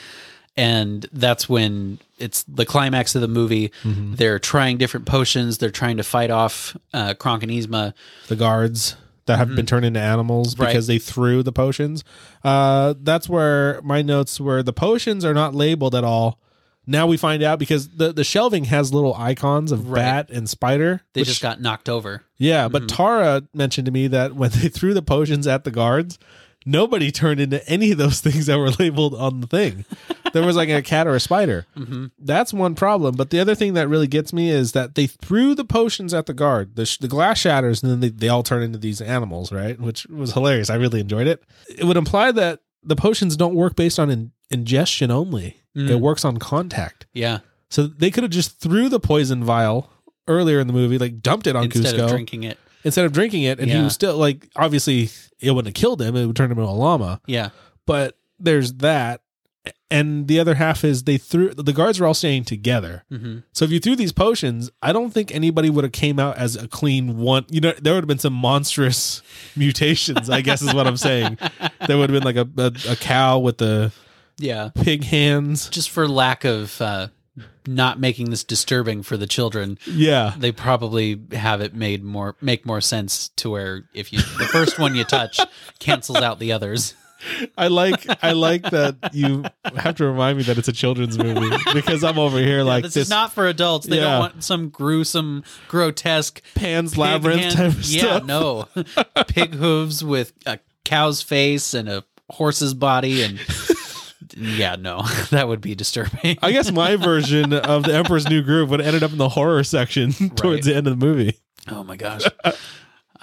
[SPEAKER 2] And that's when it's the climax of the movie. They're trying different potions. They're trying to fight off uh, Kronk and Yzma.
[SPEAKER 1] the guards that have been turned into animals
[SPEAKER 2] Mm-hmm. Right.
[SPEAKER 1] because they threw the potions. Uh, that's where my notes were. The potions are not labeled at all. Now we find out because the, the shelving has little icons of
[SPEAKER 2] Right.
[SPEAKER 1] bat and spider.
[SPEAKER 2] They
[SPEAKER 1] which-
[SPEAKER 2] just got knocked over.
[SPEAKER 1] yeah,
[SPEAKER 2] Mm-hmm.
[SPEAKER 1] but Tara mentioned to me that when they threw the potions at the guards, nobody turned into any of those things that were labeled on the thing. there was like a cat or a spider.
[SPEAKER 2] Mm-hmm.
[SPEAKER 1] That's one problem. But the other thing that really gets me is that they threw the potions at the guard. The, sh- the glass shatters, and then they, they all turn into these animals, right? Which was hilarious. I really enjoyed it. It would imply that the potions don't work based on in- ingestion only.
[SPEAKER 2] Mm.
[SPEAKER 1] It works on contact.
[SPEAKER 2] Yeah,
[SPEAKER 1] So they could have just threw the poison vial earlier in the movie, like dumped it on
[SPEAKER 2] instead
[SPEAKER 1] Cusco
[SPEAKER 2] of drinking it.
[SPEAKER 1] instead of drinking it, and he
[SPEAKER 2] Yeah.
[SPEAKER 1] was still like, obviously, it wouldn't have killed him; it would turn him into a llama.
[SPEAKER 2] Yeah,
[SPEAKER 1] But there's that, and the other half is they threw the guards were all staying together.
[SPEAKER 2] Mhm.
[SPEAKER 1] So if you threw these potions, I don't think anybody would have came out as a clean one. You know, there would have been some monstrous mutations. I guess is what I'm saying. There would have been like a, a, a cow with the
[SPEAKER 2] yeah.
[SPEAKER 1] pig hands.
[SPEAKER 2] Just for lack of uh, not making this disturbing for the children,
[SPEAKER 1] Yeah.
[SPEAKER 2] they probably have it made more make more sense to where if you the first one you touch cancels out the others.
[SPEAKER 1] I like I like that you have to remind me that it's a children's movie because I'm over here like
[SPEAKER 2] this,
[SPEAKER 1] this
[SPEAKER 2] is not for adults. They
[SPEAKER 1] Yeah.
[SPEAKER 2] don't want some gruesome, grotesque
[SPEAKER 1] Pan's
[SPEAKER 2] pig
[SPEAKER 1] Labyrinth
[SPEAKER 2] hand-
[SPEAKER 1] type of
[SPEAKER 2] yeah,
[SPEAKER 1] stuff.
[SPEAKER 2] no, pig hooves with a cow's face and a horse's body, and yeah, no, that would be disturbing.
[SPEAKER 1] I guess my version of the Emperor's New Groove would have ended up in the horror section towards the end of the movie.
[SPEAKER 2] oh my gosh.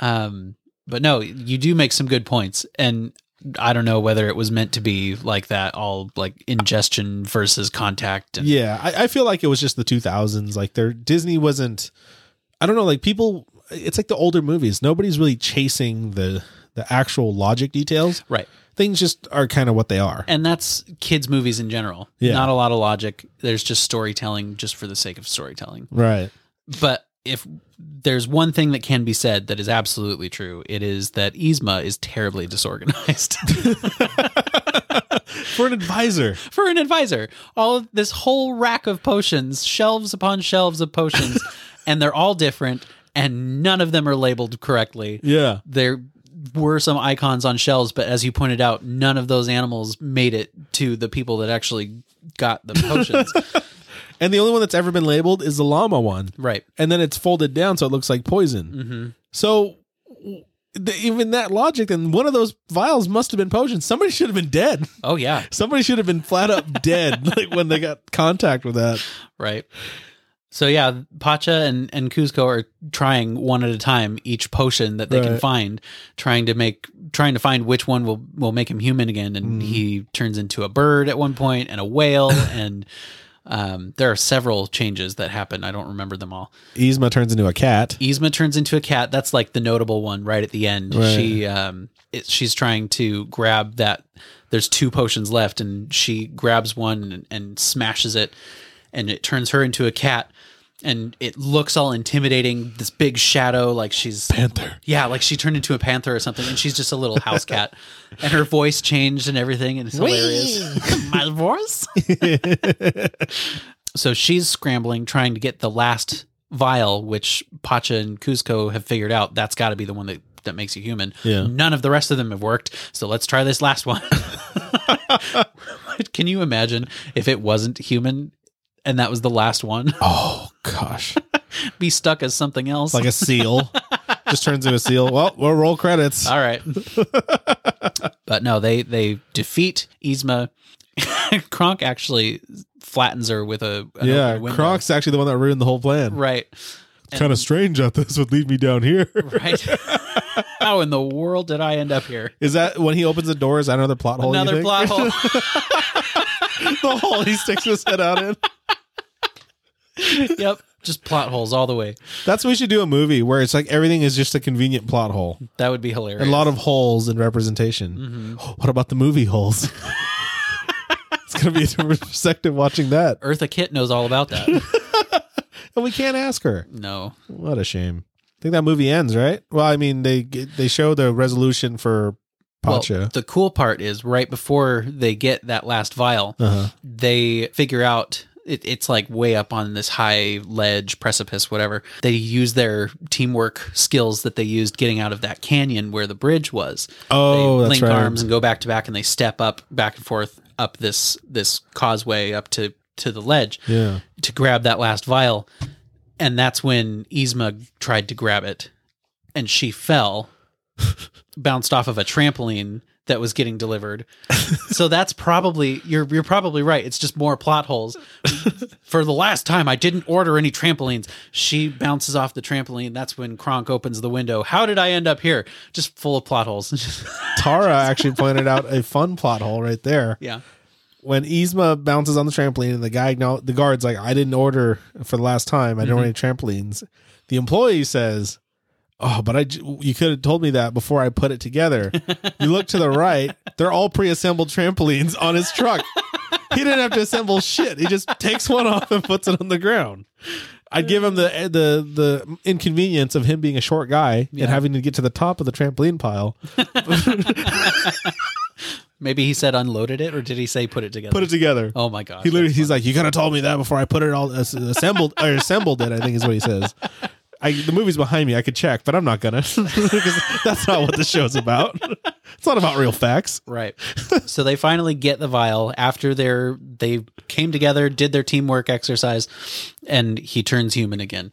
[SPEAKER 2] Um, but no, you do make some good points, and I don't know whether it was meant to be like that, all like ingestion versus contact. And,
[SPEAKER 1] Yeah, I, I feel like it was just the 2000s. Like there, Disney wasn't. I don't know. Like people, it's like the older movies. Nobody's really chasing the the actual logic details.
[SPEAKER 2] Right.
[SPEAKER 1] Things just are kind of what they are.
[SPEAKER 2] and that's kids movies in general
[SPEAKER 1] Yeah.
[SPEAKER 2] not a lot of logic there's just storytelling just for the sake of storytelling
[SPEAKER 1] Right.
[SPEAKER 2] but if there's one thing that can be said that is absolutely true it is that Yzma is terribly disorganized
[SPEAKER 1] For an advisor,
[SPEAKER 2] for an advisor all of this whole rack of potions shelves upon shelves of potions and they're all different and none of them are labeled correctly
[SPEAKER 1] yeah.
[SPEAKER 2] there were some icons on shelves, but as you pointed out, none of those animals made it to the people that actually got the potions.
[SPEAKER 1] And the only one that's ever been labeled is the llama one.
[SPEAKER 2] right.
[SPEAKER 1] and then it's folded down so it looks like poison.
[SPEAKER 2] Mm-hmm.
[SPEAKER 1] So w- the, even that logic, then one of those vials must have been potion. Somebody should have been dead.
[SPEAKER 2] Oh yeah.
[SPEAKER 1] Somebody should have been flat up dead like when they got contact with that.
[SPEAKER 2] Right. So yeah, Pacha and and Cusco are trying one at a time each potion that they can
[SPEAKER 1] Right.
[SPEAKER 2] find, trying to make trying to find which one will will make him human again. And he turns into a bird at one point and a whale and. Um, there are several changes that happen. I don't remember them all.
[SPEAKER 1] Yzma turns into a cat.
[SPEAKER 2] Yzma turns into a cat. That's like the notable one right at the end.
[SPEAKER 1] Right.
[SPEAKER 2] She um it, she's trying to grab that there's two potions left and she grabs one and, and smashes it and it turns her into a cat and it looks all intimidating this big shadow like she's
[SPEAKER 1] Panther.
[SPEAKER 2] yeah like she turned into a panther or something and she's just a little house cat and her voice changed and everything and it's hilarious my voice so she's scrambling trying to get the last vial which pacha and cusco have figured out that's got to be the one that that makes you human
[SPEAKER 1] Yeah.
[SPEAKER 2] none of the rest of them have worked so let's try this last one can you imagine if it wasn't human and that was the last one
[SPEAKER 1] Oh gosh,
[SPEAKER 2] be stuck as something else
[SPEAKER 1] like a seal, just turns into a seal. Well, we'll roll credits.
[SPEAKER 2] all right but no they they defeat yzma kronk actually flattens her with a an
[SPEAKER 1] yeah,
[SPEAKER 2] open window.
[SPEAKER 1] Croc's actually the one that ruined the whole plan.
[SPEAKER 2] right
[SPEAKER 1] Kind of strange that this would lead me down here.
[SPEAKER 2] right how in the world did i end up here
[SPEAKER 1] Is that when he opens the door? Is that another plot hole? you
[SPEAKER 2] another
[SPEAKER 1] think?
[SPEAKER 2] plot hole
[SPEAKER 1] the hole he sticks his head out in.
[SPEAKER 2] yep just plot holes all the way
[SPEAKER 1] That's what we should do a movie where it's like everything is just a convenient plot hole.
[SPEAKER 2] that would be hilarious
[SPEAKER 1] A lot of holes in representation.
[SPEAKER 2] Mm-hmm.
[SPEAKER 1] What about the movie holes? it's going to be a different perspective watching that.
[SPEAKER 2] Eartha Kitt knows all about that.
[SPEAKER 1] And we can't ask her.
[SPEAKER 2] no.
[SPEAKER 1] What a shame. I think that movie ends, right? Well, I mean, they they show the resolution for
[SPEAKER 2] Well,
[SPEAKER 1] Pacha.
[SPEAKER 2] the cool part is right before they get that last vial,
[SPEAKER 1] uh-huh.
[SPEAKER 2] they figure out it, it's like way up on this high ledge, precipice, whatever. They use their teamwork skills that they used getting out of that canyon where the bridge was.
[SPEAKER 1] Oh,
[SPEAKER 2] they
[SPEAKER 1] that's
[SPEAKER 2] link
[SPEAKER 1] right.
[SPEAKER 2] arms and go back to back, and they step up back and forth up this this causeway up to to the ledge
[SPEAKER 1] Yeah.
[SPEAKER 2] to grab that last vial, and that's when Yzma tried to grab it, and she fell, bounced off of a trampoline that was getting delivered. so that's probably you're you're probably right. It's just more plot holes. For the last time, I didn't order any trampolines. She bounces off the trampoline. That's when Kronk opens the window. How did I end up here? Just full of plot holes.
[SPEAKER 1] Tara actually pointed out a fun plot hole right there.
[SPEAKER 2] yeah.
[SPEAKER 1] When Yzma bounces on the trampoline and the guy, no, the guard's like, I didn't order for the last time. I didn't order any trampolines. The employee says, Oh, but I, j- you could have told me that before I put it together. you look to the right, they're all pre assembled trampolines on his truck. he didn't have to assemble shit. He just takes one off and puts it on the ground. I'd give him the the the inconvenience of him being a short guy
[SPEAKER 2] Yeah.
[SPEAKER 1] and having to get to the top of the trampoline pile,
[SPEAKER 2] Maybe he said unloaded it, or did he say put it together?
[SPEAKER 1] put it together.
[SPEAKER 2] oh my god.
[SPEAKER 1] He literally, he's like, you could have told me that before I put it all as- assembled or assembled it. I think is what he says. I, the movie's behind me. I could check, but I'm not gonna 'Cause that's not what the show's about. It's not about real facts.
[SPEAKER 2] Right. so they finally get the vial after their they came together, did their teamwork exercise, and he turns human again.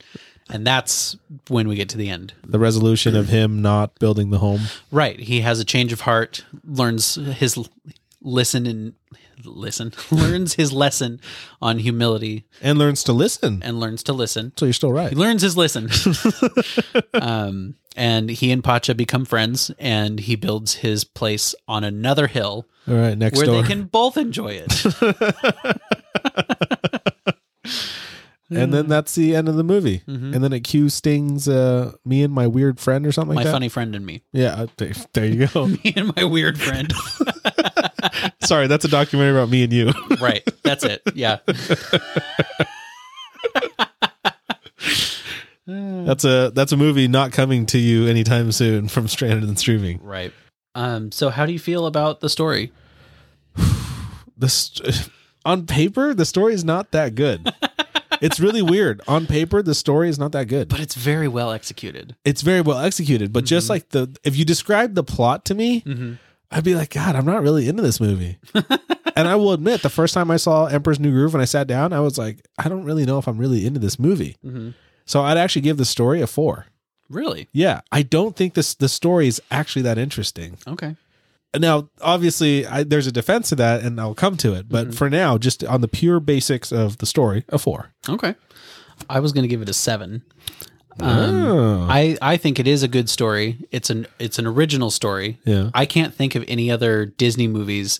[SPEAKER 2] And that's when we get to the end.
[SPEAKER 1] The resolution of him not building the home.
[SPEAKER 2] Right. He has a change of heart, learns his l- listen and listen, learns his lesson on humility
[SPEAKER 1] and learns to listen.
[SPEAKER 2] and learns to listen.
[SPEAKER 1] So you're still right.
[SPEAKER 2] He learns his lesson. um, and he and Pacha become friends and he builds his place on another hill
[SPEAKER 1] All right, next
[SPEAKER 2] where
[SPEAKER 1] door.
[SPEAKER 2] they can both enjoy it.
[SPEAKER 1] and then that's the end of the movie.
[SPEAKER 2] Mm-hmm.
[SPEAKER 1] And then it cue stings uh, me and my weird friend or something
[SPEAKER 2] my
[SPEAKER 1] like that.
[SPEAKER 2] funny friend and me.
[SPEAKER 1] yeah, uh, there, there you go.
[SPEAKER 2] Me and my weird friend.
[SPEAKER 1] Sorry, that's a documentary about me and you.
[SPEAKER 2] right. That's it. Yeah.
[SPEAKER 1] that's a that's a movie not coming to you anytime soon from Stranded and Streaming.
[SPEAKER 2] Right. Um, so how do you feel about the story?
[SPEAKER 1] This on paper, the story is not that good. it's really weird. On paper, the story is not that good.
[SPEAKER 2] But it's very well executed.
[SPEAKER 1] it's very well executed. But just like the, if you describe the plot to me, I'd be like, God, I'm not really into this movie. and I will admit, the first time I saw Emperor's New Groove, when I sat down, I was like, I don't really know if I'm really into this movie. So I'd actually give the story a four.
[SPEAKER 2] Really?
[SPEAKER 1] Yeah, I don't think this the story is actually that interesting.
[SPEAKER 2] Okay.
[SPEAKER 1] Now, obviously, I, there's a defense to that, and I'll come to it. But for now, just on the pure basics of the story, a four.
[SPEAKER 2] Okay. I was going to give it a seven. Um, I, I think it is a good story. It's an it's an original story.
[SPEAKER 1] Yeah.
[SPEAKER 2] I can't think of any other Disney movies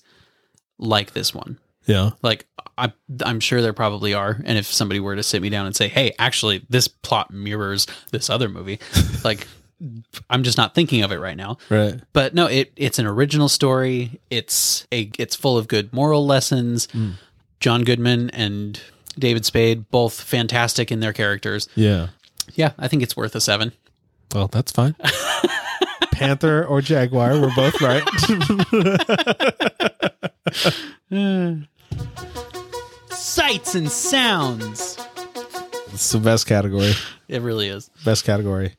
[SPEAKER 2] like this one.
[SPEAKER 1] yeah,
[SPEAKER 2] Like I I'm sure there probably are. And if somebody were to sit me down and say, "Hey, actually this plot mirrors this other movie." like I'm just not thinking of it right now.
[SPEAKER 1] right.
[SPEAKER 2] But no, it it's an original
[SPEAKER 1] Hmm.
[SPEAKER 2] story. It's a it's full of good moral lessons. John Goodman and David Spade, both fantastic in their characters.
[SPEAKER 1] Yeah.
[SPEAKER 2] Yeah, I think it's worth a seven.
[SPEAKER 1] Well, that's fine. Panther or Jaguar, we're both right.
[SPEAKER 2] Sights and sounds.
[SPEAKER 1] it's the best category.
[SPEAKER 2] It really is.
[SPEAKER 1] Best category.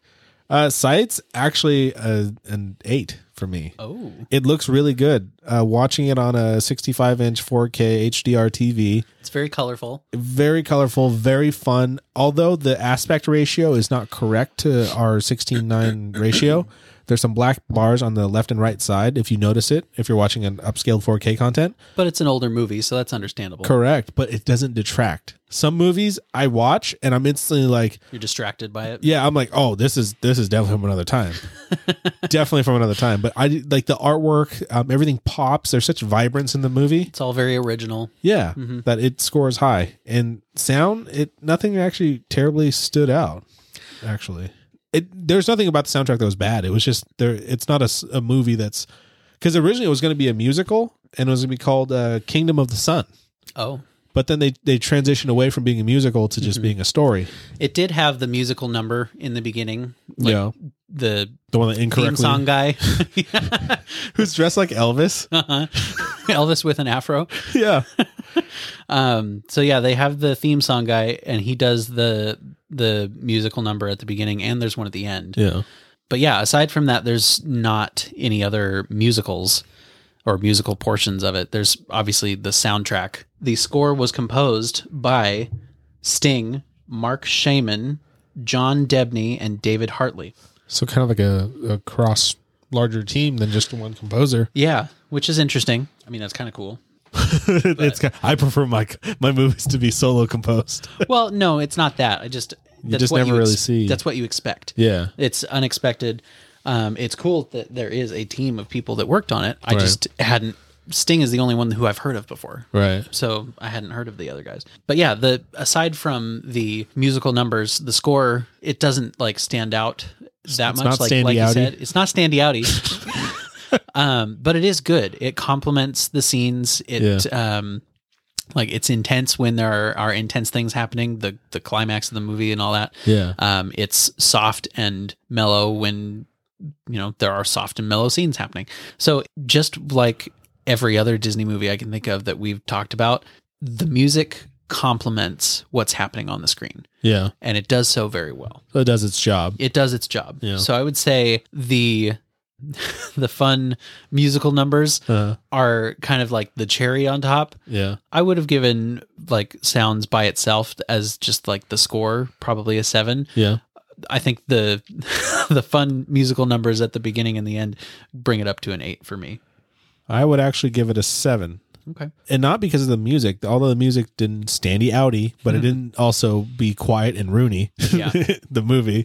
[SPEAKER 1] Uh, sights actually uh, an eight for me.
[SPEAKER 2] Oh,
[SPEAKER 1] It looks really good. Uh, watching it on a 65 inch 4K HDR TV,
[SPEAKER 2] it's very colorful.
[SPEAKER 1] very colorful, very fun. Although the aspect ratio is not correct to our 16:9 ratio, there's some black bars on the left and right side. If you notice it, if you're watching an upscaled 4K content,
[SPEAKER 2] But it's an older movie, so that's understandable.
[SPEAKER 1] correct, but it doesn't detract. Some movies I watch and I'm instantly like,
[SPEAKER 2] You're distracted by it.
[SPEAKER 1] yeah, I'm like, oh, this is this is definitely from another time, definitely from another time. But I like the artwork, um, everything pops. There's such vibrance in the movie.
[SPEAKER 2] It's all very original.
[SPEAKER 1] Yeah,
[SPEAKER 2] Mm-hmm.
[SPEAKER 1] that it scores high and sound. It nothing actually terribly stood out. Actually, it there's nothing about the soundtrack that was bad. It was just there. It's not a, s- a movie that's because originally it was going to be a musical and it was going to be called uh, Kingdom of the Sun,
[SPEAKER 2] Oh,
[SPEAKER 1] but then they they transitioned away from being a musical to
[SPEAKER 2] Mm-hmm.
[SPEAKER 1] just being a story.
[SPEAKER 2] it did have the musical number in the beginning. Like
[SPEAKER 1] yeah,
[SPEAKER 2] the
[SPEAKER 1] the one that incorrectly
[SPEAKER 2] theme song guy,
[SPEAKER 1] who's dressed like Elvis.
[SPEAKER 2] Uh-huh. Elvis with an afro.
[SPEAKER 1] yeah,
[SPEAKER 2] Um, so yeah, they have the theme song guy, and he does the the musical number at the beginning, and there's one at the end.
[SPEAKER 1] yeah.
[SPEAKER 2] But yeah, aside from that, there's not any other musicals or musical portions of it. There's obviously the soundtrack. The score was composed by Sting, Mark Shaman, John Debney, and David Hartley.
[SPEAKER 1] So kind of like a, a cross larger team than just one composer.
[SPEAKER 2] Yeah, which is interesting. I mean, that's kind of cool.
[SPEAKER 1] it's kind I prefer my my movies to be solo composed.
[SPEAKER 2] Well, no, it's not that. I just that's
[SPEAKER 1] just
[SPEAKER 2] what
[SPEAKER 1] never really see.
[SPEAKER 2] That's what you expect.
[SPEAKER 1] Yeah.
[SPEAKER 2] it's unexpected. Um, it's cool that there is a team of people that worked on it. I
[SPEAKER 1] Right.
[SPEAKER 2] just hadn't. Sting is the only one who I've heard of before,
[SPEAKER 1] Right.
[SPEAKER 2] so I hadn't heard of the other guys. But yeah, the aside from the musical numbers, the score it doesn't like stand out that
[SPEAKER 1] It's
[SPEAKER 2] much.
[SPEAKER 1] not
[SPEAKER 2] like like you
[SPEAKER 1] standy-outy.
[SPEAKER 2] said, it's not standy outy. um, but it is good. It complements the scenes. It um, like it's intense when there are, are intense things happening. The the climax of the movie and all that.
[SPEAKER 1] Yeah.
[SPEAKER 2] Um, it's soft and mellow when you know there are soft and mellow scenes happening. So just like every other Disney movie I can think of that we've talked about, the music complements what's happening on the screen,
[SPEAKER 1] Yeah.
[SPEAKER 2] and it does so very well.
[SPEAKER 1] So it does its job.
[SPEAKER 2] It does its job.
[SPEAKER 1] Yeah.
[SPEAKER 2] So I would say the the fun musical numbers
[SPEAKER 1] Uh,
[SPEAKER 2] are kind of like the cherry on top.
[SPEAKER 1] yeah.
[SPEAKER 2] I would have given like sounds by itself as just like the score, probably a seven.
[SPEAKER 1] Yeah.
[SPEAKER 2] I think the the fun musical numbers at the beginning and the end bring it up to an eight for me.
[SPEAKER 1] I would actually give it a seven.
[SPEAKER 2] Okay.
[SPEAKER 1] And not because of the music, although the music didn't standy outy, but it didn't also be quiet and Rooney,
[SPEAKER 2] Mm-hmm. Yeah. Mm-hmm.
[SPEAKER 1] the movie.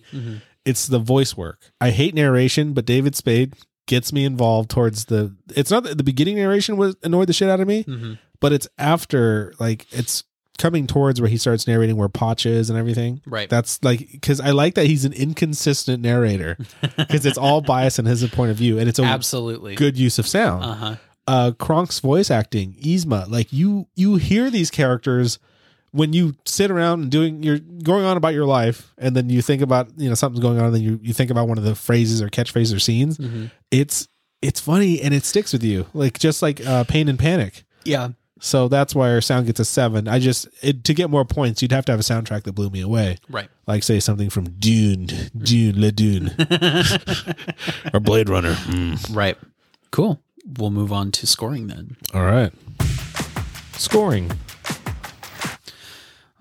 [SPEAKER 1] It's the voice work. I hate narration, but David Spade gets me involved towards the. It's not that the beginning narration was annoyed the shit out of me,
[SPEAKER 2] hmm
[SPEAKER 1] but it's after, like, it's coming towards where he starts narrating where Pacha is and everything.
[SPEAKER 2] Right.
[SPEAKER 1] That's like because I like that he's an inconsistent narrator because it's all bias and his point of view, and it's a
[SPEAKER 2] Absolutely.
[SPEAKER 1] good use of sound.
[SPEAKER 2] Uh huh.
[SPEAKER 1] Uh, Kronk's voice acting, Yzma, like you you hear these characters when you sit around and doing you're going on about your life, and then you think about you know something's going on, and then you you think about one of the phrases or catchphrases or scenes. It's it's funny and it sticks with you, like just like uh, pain and panic.
[SPEAKER 2] Yeah.
[SPEAKER 1] So that's why our sound gets a seven. I just it, to get more points, you'd have to have a soundtrack that blew me away
[SPEAKER 2] Right.
[SPEAKER 1] like say something from Dune, Dune, Le Dune, or Blade Runner. Mm.
[SPEAKER 2] Right. Cool. We'll move on to scoring then.
[SPEAKER 1] All right, scoring.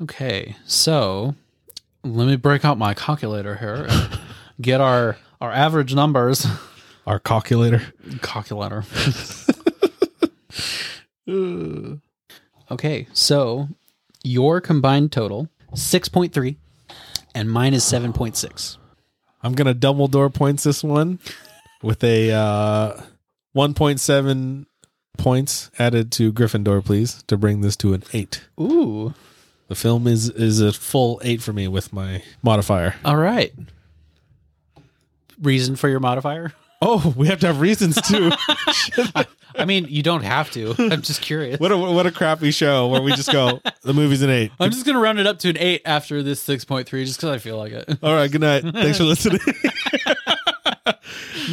[SPEAKER 2] Okay. So let me break out my calculator here. and Get our our average numbers.
[SPEAKER 1] Our calculator.
[SPEAKER 2] calculator. okay, so your combined total six point three, and mine is seven point six.
[SPEAKER 1] I'm gonna double door points this one with a uh, 1.7 points added to Gryffindor, please, to bring this to an eight.
[SPEAKER 2] Ooh,
[SPEAKER 1] The film is is a full eight for me with my modifier.
[SPEAKER 2] all right. Reason for your modifier?
[SPEAKER 1] Oh, we have to have reasons too.
[SPEAKER 2] I mean, you don't have to. I'm just curious.
[SPEAKER 1] what a what a crappy show where we just go. The movie's an eight.
[SPEAKER 2] I'm just gonna round it up to an eight after this six point three, just because I feel like it.
[SPEAKER 1] All right, good night. Thanks for listening.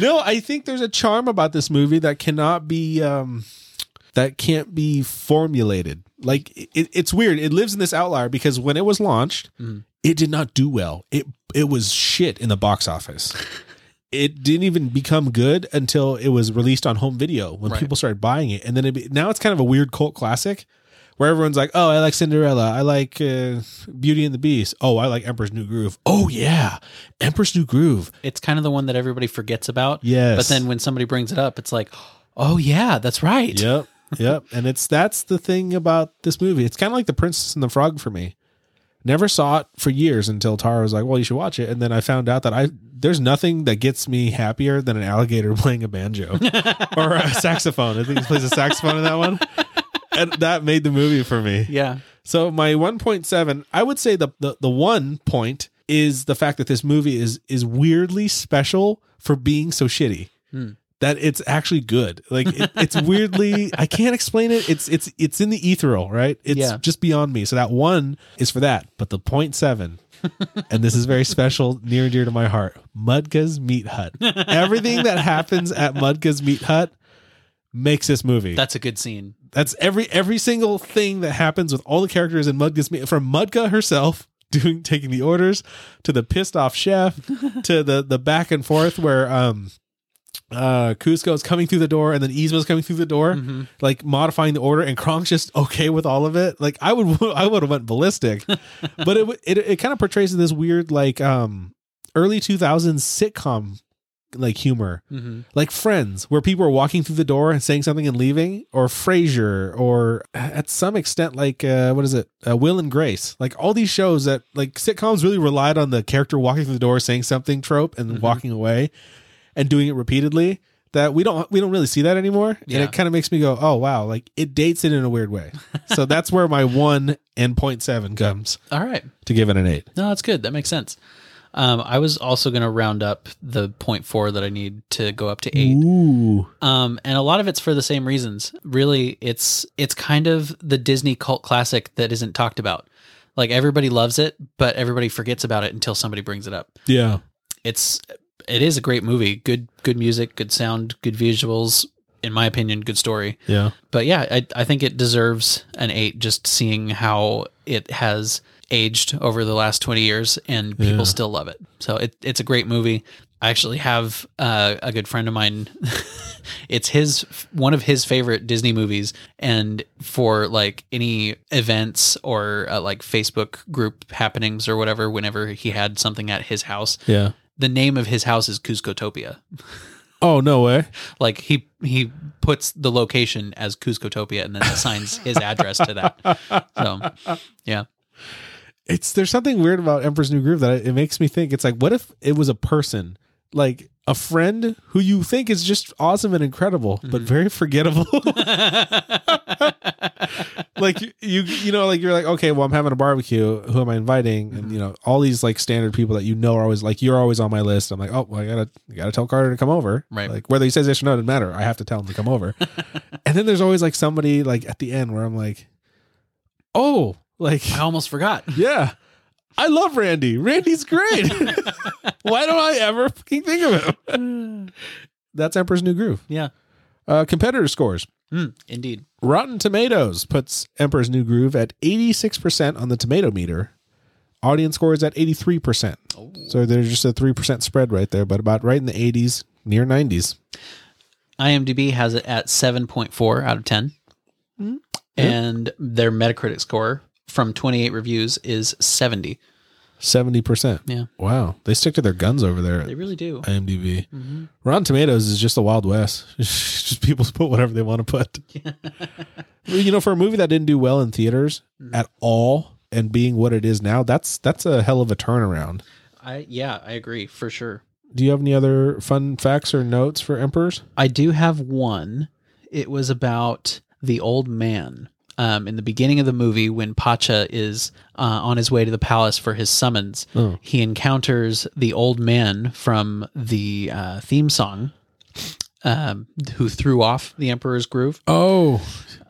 [SPEAKER 1] no, I think there's a charm about this movie that cannot be um that can't be formulated. Like it, it's weird. It lives in this outlier because when it was launched, it did not do well. It it was shit in the box office. It didn't even become good until it was released on home video when
[SPEAKER 2] Right.
[SPEAKER 1] people started buying it, and then it be, now it's kind of a weird cult classic where everyone's like, "Oh, I like Cinderella. I like uh, Beauty and the Beast. Oh, I like Emperor's New Groove. Oh yeah, Emperor's New Groove.
[SPEAKER 2] It's kind of the one that everybody forgets about.
[SPEAKER 1] Yes.
[SPEAKER 2] But then when somebody brings it up, it's like, oh yeah, that's right.
[SPEAKER 1] Yep, yep. And it's that's the thing about this movie. It's kind of like The Princess and the Frog for me. Never saw it for years until Tara was like, "Well, you should watch it." And then I found out that I there's nothing that gets me happier than an alligator playing a banjo or a saxophone. I think he plays a saxophone in that one. And that made the movie for me.
[SPEAKER 2] Yeah.
[SPEAKER 1] So my 1.7, I would say the, the the one point is the fact that this movie is is weirdly special for being so shitty.
[SPEAKER 2] Hmm.
[SPEAKER 1] That it's actually good. Like it, it's weirdly, I can't explain it. It's it's it's in the ethereal, right? It's
[SPEAKER 2] Yeah.
[SPEAKER 1] just beyond me. So that one is for that, but the point seven, and this is very special, near and dear to my heart. Mudka's Meat Hut. Everything that happens at Mudka's Meat Hut makes this movie.
[SPEAKER 2] That's a good scene.
[SPEAKER 1] That's every every single thing that happens with all the characters in Mudka's meet from Mudka herself doing taking the orders to the pissed off chef to the the back and forth where um uh Cusco's coming through the door and then Yzma's coming through the door
[SPEAKER 2] Mhm.
[SPEAKER 1] like modifying the order and Kronk's just okay with all of it. Like I would I would have went ballistic. but it it it kind of portrays this weird like um early 2000s sitcom like humor
[SPEAKER 2] hmm
[SPEAKER 1] like Friends, where people are walking through the door and saying something and leaving, or Frasier, or at some extent like uh, what is it, uh, Will and Grace, like all these shows that like sitcoms really relied on the character walking through the door, saying something trope, and
[SPEAKER 2] Mhm.
[SPEAKER 1] walking away, and doing it repeatedly. That we don't we don't really see that anymore,
[SPEAKER 2] Yeah.
[SPEAKER 1] and it kind of makes me go, oh wow, like it dates it in a weird way. so that's where my one and point seven comes
[SPEAKER 2] All right.
[SPEAKER 1] to give it an eight.
[SPEAKER 2] No, that's good. That makes sense. Um, I was also going to round up the point four that I need to go up to eight.
[SPEAKER 1] Ooh,
[SPEAKER 2] Um, and a lot of it's for the same reasons. Really, it's it's kind of the Disney cult classic that isn't talked about. Like everybody loves it, but everybody forgets about it until somebody brings it up.
[SPEAKER 1] yeah,
[SPEAKER 2] It's it is a great movie. Good good music, good sound, good visuals. In my opinion, good story.
[SPEAKER 1] yeah,
[SPEAKER 2] But yeah, I, I think it deserves an eight. Just seeing how it has aged over the last twenty years, and people
[SPEAKER 1] Yeah.
[SPEAKER 2] still love it. So it, it's a great movie. I actually have uh, a good friend of mine. it's his one of his favorite Disney movies, and for like any events or uh, like Facebook group happenings or whatever, whenever he had something at his house,
[SPEAKER 1] yeah.
[SPEAKER 2] the name of his house is Cuscotopia.
[SPEAKER 1] Oh no way.
[SPEAKER 2] Like he he puts the location as Cuscotopia and then assigns his address to that. So yeah.
[SPEAKER 1] it's there's something weird about Emperor's New Groove that it, it makes me think it's like what if it was a person like a friend who you think is just awesome and incredible but very forgettable like you you know like you're like okay well I'm having a barbecue who am I inviting and you know all these like standard people that you know are always like you're always on my list I'm like oh well, I gotta I gotta tell Carter to come over
[SPEAKER 2] Right.
[SPEAKER 1] like whether he says yes or no doesn't matter I have to tell him to come over and then there's always like somebody like at the end where I'm like oh like
[SPEAKER 2] I almost forgot.
[SPEAKER 1] yeah. I love Randy. Randy's great. Why don't I ever fucking think of him? That's Emperor's New Groove.
[SPEAKER 2] Yeah.
[SPEAKER 1] Uh, competitor scores.
[SPEAKER 2] Mm, indeed.
[SPEAKER 1] Rotten Tomatoes puts Emperor's New Groove at 86% on the tomato meter. Audience score is at 83%.
[SPEAKER 2] Oh.
[SPEAKER 1] So there's just a 3% spread right there, but about right in the 80s, near 90s.
[SPEAKER 2] IMDb has it at 7.4 out of 10. Hmm. And their Metacritic score from 28 reviews is 70.
[SPEAKER 1] 70%.
[SPEAKER 2] Yeah.
[SPEAKER 1] Wow. They stick to their guns over there.
[SPEAKER 2] They really do.
[SPEAKER 1] IMDb. Rotten Tomatoes is just the Wild West. just people put whatever they want to put. you know, for a movie that didn't do well in theaters at all and being what it is now, that's that's a hell of a turnaround.
[SPEAKER 2] I yeah, I agree for sure.
[SPEAKER 1] Do you have any other fun facts or notes for Emperors?
[SPEAKER 2] I do have one. It was about the old man. Um, in the beginning of the movie, when Pacha is uh, on his way to the palace for his summons,
[SPEAKER 1] Oh.
[SPEAKER 2] he encounters the old man from the uh, theme song um, who threw off the Emperor's Groove.
[SPEAKER 1] Oh,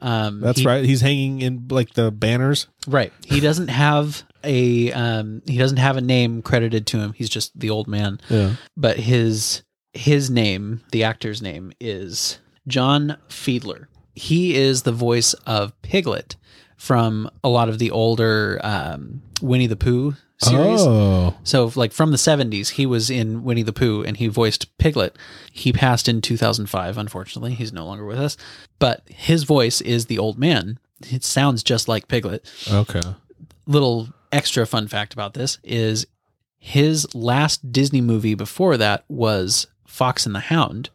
[SPEAKER 2] Um,
[SPEAKER 1] that's
[SPEAKER 2] he-
[SPEAKER 1] right. He's hanging in like the banners.
[SPEAKER 2] Right. He doesn't have a um, he doesn't have a name credited to him. He's just the old man.
[SPEAKER 1] Yeah.
[SPEAKER 2] But his his name, the actor's name, is John Fiedler. He is the voice of Piglet from a lot of the older um, Winnie the Pooh series.
[SPEAKER 1] Oh,
[SPEAKER 2] So, like from the 70s, he was in Winnie the Pooh and he voiced Piglet. He passed in 2005, unfortunately. He's no longer with us. But his voice is the old man. It sounds just like Piglet.
[SPEAKER 1] okay.
[SPEAKER 2] Little extra fun fact about this is his last Disney movie before that was Fox and the Hound,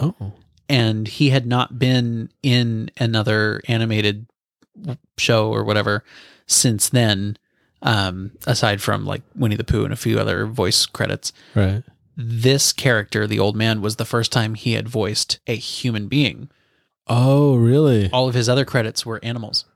[SPEAKER 1] Oh,
[SPEAKER 2] and he had not been in another animated show or whatever since then. Um, aside from like Winnie the Pooh and a few other voice credits,
[SPEAKER 1] right.
[SPEAKER 2] this character, the old man, was the first time he had voiced a human being.
[SPEAKER 1] Oh, really?
[SPEAKER 2] All of his other credits were animals.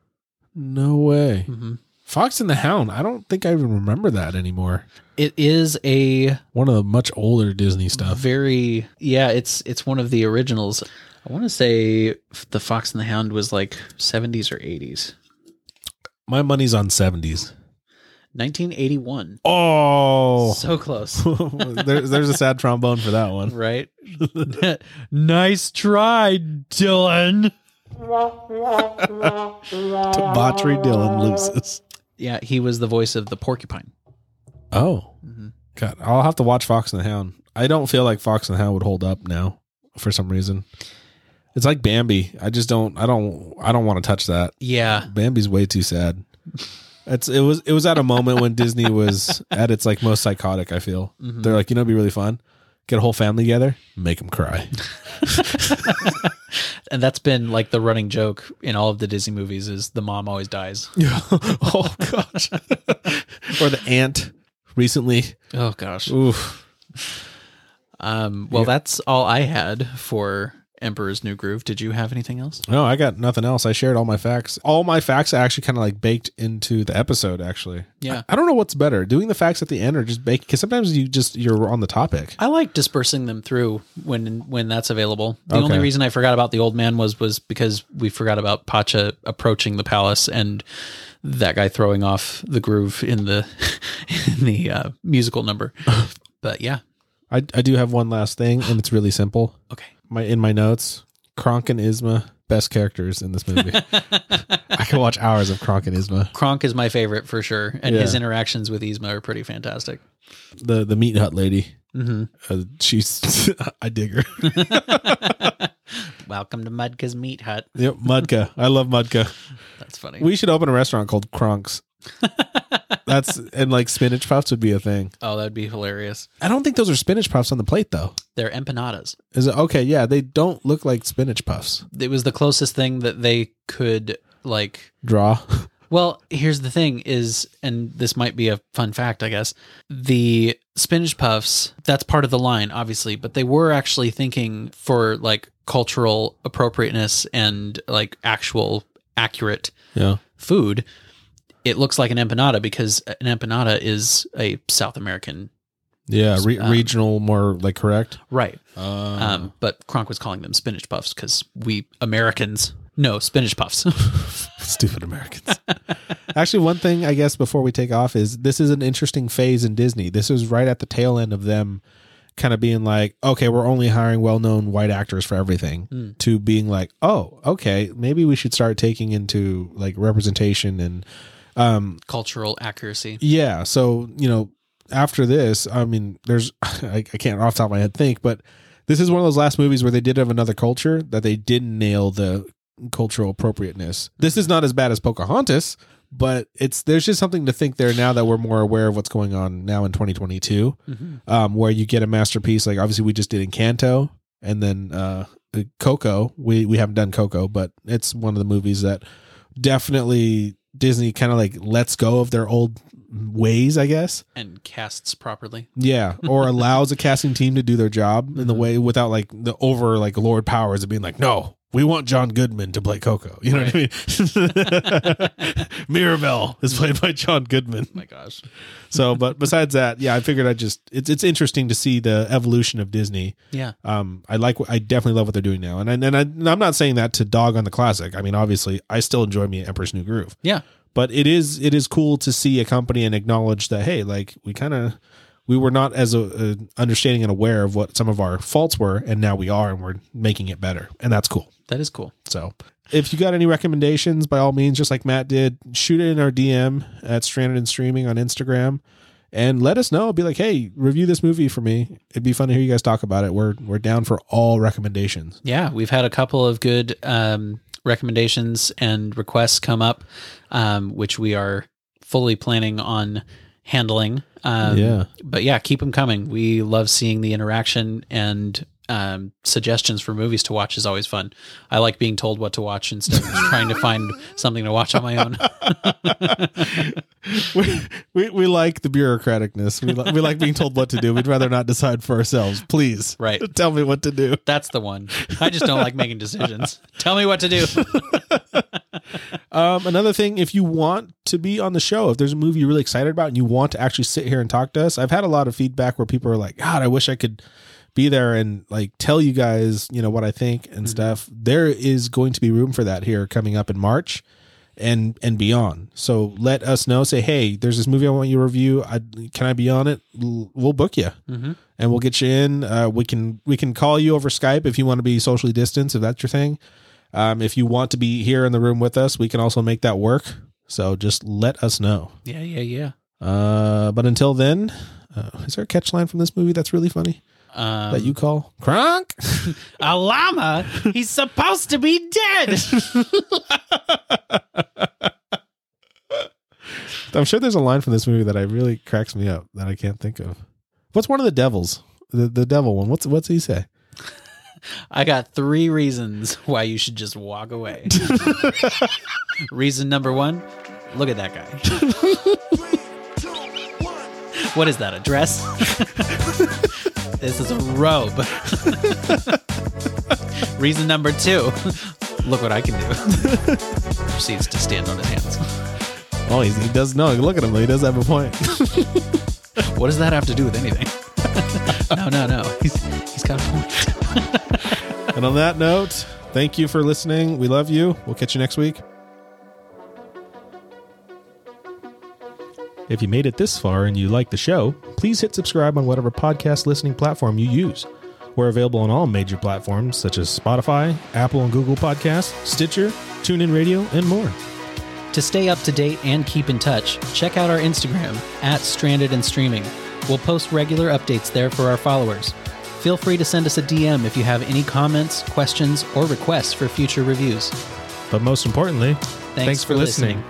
[SPEAKER 1] No way.
[SPEAKER 2] hmm
[SPEAKER 1] Fox and the Hound. I don't think I even remember that anymore.
[SPEAKER 2] It is a
[SPEAKER 1] One of the much older Disney stuff.
[SPEAKER 2] very yeah. It's it's one of the originals. I want to say the Fox and the Hound was like seventies or eighties,
[SPEAKER 1] My money's on 70s.
[SPEAKER 2] nineteen eighty one.
[SPEAKER 1] Oh.
[SPEAKER 2] So close,
[SPEAKER 1] there, there's a sad trombone for that one.
[SPEAKER 2] right? nice try, Dylan.
[SPEAKER 1] Debauchery Dylan loses.
[SPEAKER 2] Yeah, he was the voice of the porcupine.
[SPEAKER 1] Oh.
[SPEAKER 2] Mhm.
[SPEAKER 1] God, I'll have to watch Fox and the Hound. I don't feel like Fox and the Hound would hold up now for some reason. It's like Bambi. I just don't I don't I don't want to touch that.
[SPEAKER 2] Yeah,
[SPEAKER 1] Bambi's way too sad. It's it was it was at a moment when Disney was at its like most psychotic, I feel.
[SPEAKER 2] Mhm.
[SPEAKER 1] They're like, you know, it'd be really fun. Get a whole family together, make them cry.
[SPEAKER 2] and that's been like the running joke in all of the Disney movies is the mom always dies.
[SPEAKER 1] oh gosh. or the ant recently.
[SPEAKER 2] Oh gosh.
[SPEAKER 1] Oof.
[SPEAKER 2] Um, well, that's all I had for Emperor's New Groove. Did you have anything else?
[SPEAKER 1] No, I got nothing else. I shared all my facts. All my facts are actually kind of like baked into the episode. Actually,
[SPEAKER 2] Yeah.
[SPEAKER 1] I, I don't know what's better, doing the facts at the end or just bake. Because sometimes you just you're on the topic.
[SPEAKER 2] I like dispersing them through when when that's available. The
[SPEAKER 1] Okay.
[SPEAKER 2] only reason I forgot about the old man was was because we forgot about Pacha approaching the palace and that guy throwing off the groove in the in the uh, musical number. but yeah,
[SPEAKER 1] I I do have one last thing, and it's really simple.
[SPEAKER 2] okay.
[SPEAKER 1] My in my notes, Kronk and Isma best characters in this movie. I can watch hours of Kronk and Isma.
[SPEAKER 2] Kronk is my favorite for sure, and
[SPEAKER 1] Yeah.
[SPEAKER 2] his interactions with Yzma are pretty fantastic.
[SPEAKER 1] The the meat hut lady.
[SPEAKER 2] Mm-hmm.
[SPEAKER 1] Uh, she's I dig her.
[SPEAKER 2] Welcome to Mudka's Meat Hut.
[SPEAKER 1] yep, Mudka. I love Mudka.
[SPEAKER 2] That's funny.
[SPEAKER 1] We should open a restaurant called Kronk's. That's and like spinach puffs would be a thing.
[SPEAKER 2] oh, that'd be hilarious.
[SPEAKER 1] I don't think those are spinach puffs on the plate though.
[SPEAKER 2] They're empanadas.
[SPEAKER 1] Is it okay? Yeah, they don't look like spinach puffs.
[SPEAKER 2] It was the closest thing that they could like.
[SPEAKER 1] Draw.
[SPEAKER 2] Well, here's the thing is, and this might be a fun fact, I guess. The spinach puffs, that's part of the line, obviously, but they were actually thinking for like cultural appropriateness and like actual accurate
[SPEAKER 1] Yeah.
[SPEAKER 2] food, it looks like an empanada because an empanada is a South American
[SPEAKER 1] Yeah. Re-
[SPEAKER 2] Um,
[SPEAKER 1] regional, more like correct.
[SPEAKER 2] right.
[SPEAKER 1] Um,
[SPEAKER 2] Um, but Kronk was calling them spinach puffs because we Americans know spinach puffs.
[SPEAKER 1] Stupid Americans. Actually, one thing I guess before we take off is this is an interesting phase in Disney. This is right at the tail end of them kind of being like, okay, we're only hiring well known white actors for everything,
[SPEAKER 2] Mm.
[SPEAKER 1] to being like, oh, okay, maybe we should start taking into like representation and um,
[SPEAKER 2] Cultural accuracy.
[SPEAKER 1] Yeah. So, you know, after this, I mean, there's, I, I can't off the top of my head think, but this is one of those last movies where they did have another culture that they didn't nail the cultural appropriateness. This is not as bad as Pocahontas, but it's, there's just something to think there now that we're more aware of what's going on now in 2022,
[SPEAKER 2] Mhm.
[SPEAKER 1] um, where you get a masterpiece. Like obviously we just did Encanto and then, uh, Coco. We, we haven't done Coco, but it's one of the movies that definitely Disney kind of like lets go of their old ways, I guess.
[SPEAKER 2] And casts properly.
[SPEAKER 1] Yeah, or allows a casting team to do their job in the way without like the over like Lord powers of being like, no, we want John Goodman to play Coco. You know what I mean? Mirabelle is played by John Goodman.
[SPEAKER 2] my gosh.
[SPEAKER 1] So, but besides that, yeah, I figured I just it's it's interesting to see the evolution of Disney.
[SPEAKER 2] Yeah.
[SPEAKER 1] Um, I like what- I definitely love what they're doing now, and I, and, I, and I'm not saying that to dog on the classic. I mean, obviously, I still enjoy me Emperor's New Groove,
[SPEAKER 2] Yeah.
[SPEAKER 1] but it is it is cool to see a company and acknowledge that hey, like we kind of we were not as a, a understanding and aware of what some of our faults were, and now we are, and we're making it better, and that's cool.
[SPEAKER 2] That is cool.
[SPEAKER 1] So if you got any recommendations, by all means, just like Matt did, shoot it in our DM at Stranded and Streaming on Instagram and let us know. Be like, hey, review this movie for me. It'd be fun to hear you guys talk about it. We're we're down for all recommendations.
[SPEAKER 2] Yeah, we've had a couple of good um, recommendations and requests come up, um, which we are fully planning on handling. Um,
[SPEAKER 1] Yeah.
[SPEAKER 2] But yeah, keep them coming. We love seeing the interaction and um, suggestions for movies to watch is always fun. I like being told what to watch instead of trying to find something to watch on my own.
[SPEAKER 1] we, we we like the bureaucraticness. We li- we like being told what to do. We'd rather not decide for ourselves. Please,
[SPEAKER 2] Right.
[SPEAKER 1] Tell me what to do.
[SPEAKER 2] That's the one. I just don't like making decisions. Tell me what to do.
[SPEAKER 1] Um, another thing, if you want to be on the show, if there's a movie you're really excited about and you want to actually sit here and talk to us, I've had a lot of feedback where people are like, God, I wish I could be there and like tell you guys, you know, what I think and stuff. There is going to be room for that here coming up in March and and beyond. So let us know. Say, hey, there's this movie I want you to review. I can I be on it? L- We'll book you
[SPEAKER 2] Mhm.
[SPEAKER 1] and we'll get you in. Uh, we can we can call you over Skype if you want to be socially distanced if that's your thing. Um, if you want to be here in the room with us, we can also make that work. So just let us know.
[SPEAKER 2] Yeah, yeah, yeah.
[SPEAKER 1] Uh, but until then, uh, is there a catch line from this movie that's really funny
[SPEAKER 2] Um,
[SPEAKER 1] that you call Kronk?
[SPEAKER 2] A llama? He's supposed to be dead.
[SPEAKER 1] I'm sure there's a line from this movie that I really cracks me up that I can't think of. What's one of the devils? The the devil one. What's what's he say?
[SPEAKER 2] I got three reasons why you should just walk away. Reason number one look at that guy. What is that, a dress? this is a robe. Reason number two look what I can do. Proceeds to stand on his hands.
[SPEAKER 1] Oh, he's, he does no. Look at him. He does have a point.
[SPEAKER 2] What does that have to do with anything? no, no, no. He's, he's got a point.
[SPEAKER 1] and on that note, thank you for listening. We love you. We'll catch you next week. If you made it this far and you like the show, please hit subscribe on whatever podcast listening platform you use. We're available on all major platforms such as Spotify, Apple and Google Podcasts, Stitcher, TuneIn Radio, and more.
[SPEAKER 2] To stay up to date and keep in touch, check out our Instagram at Stranded and Streaming. We'll post regular updates there for our followers. Feel free to send us a DM if you have any comments, questions, or requests for future reviews.
[SPEAKER 1] But most importantly,
[SPEAKER 2] Thanks, for, listening.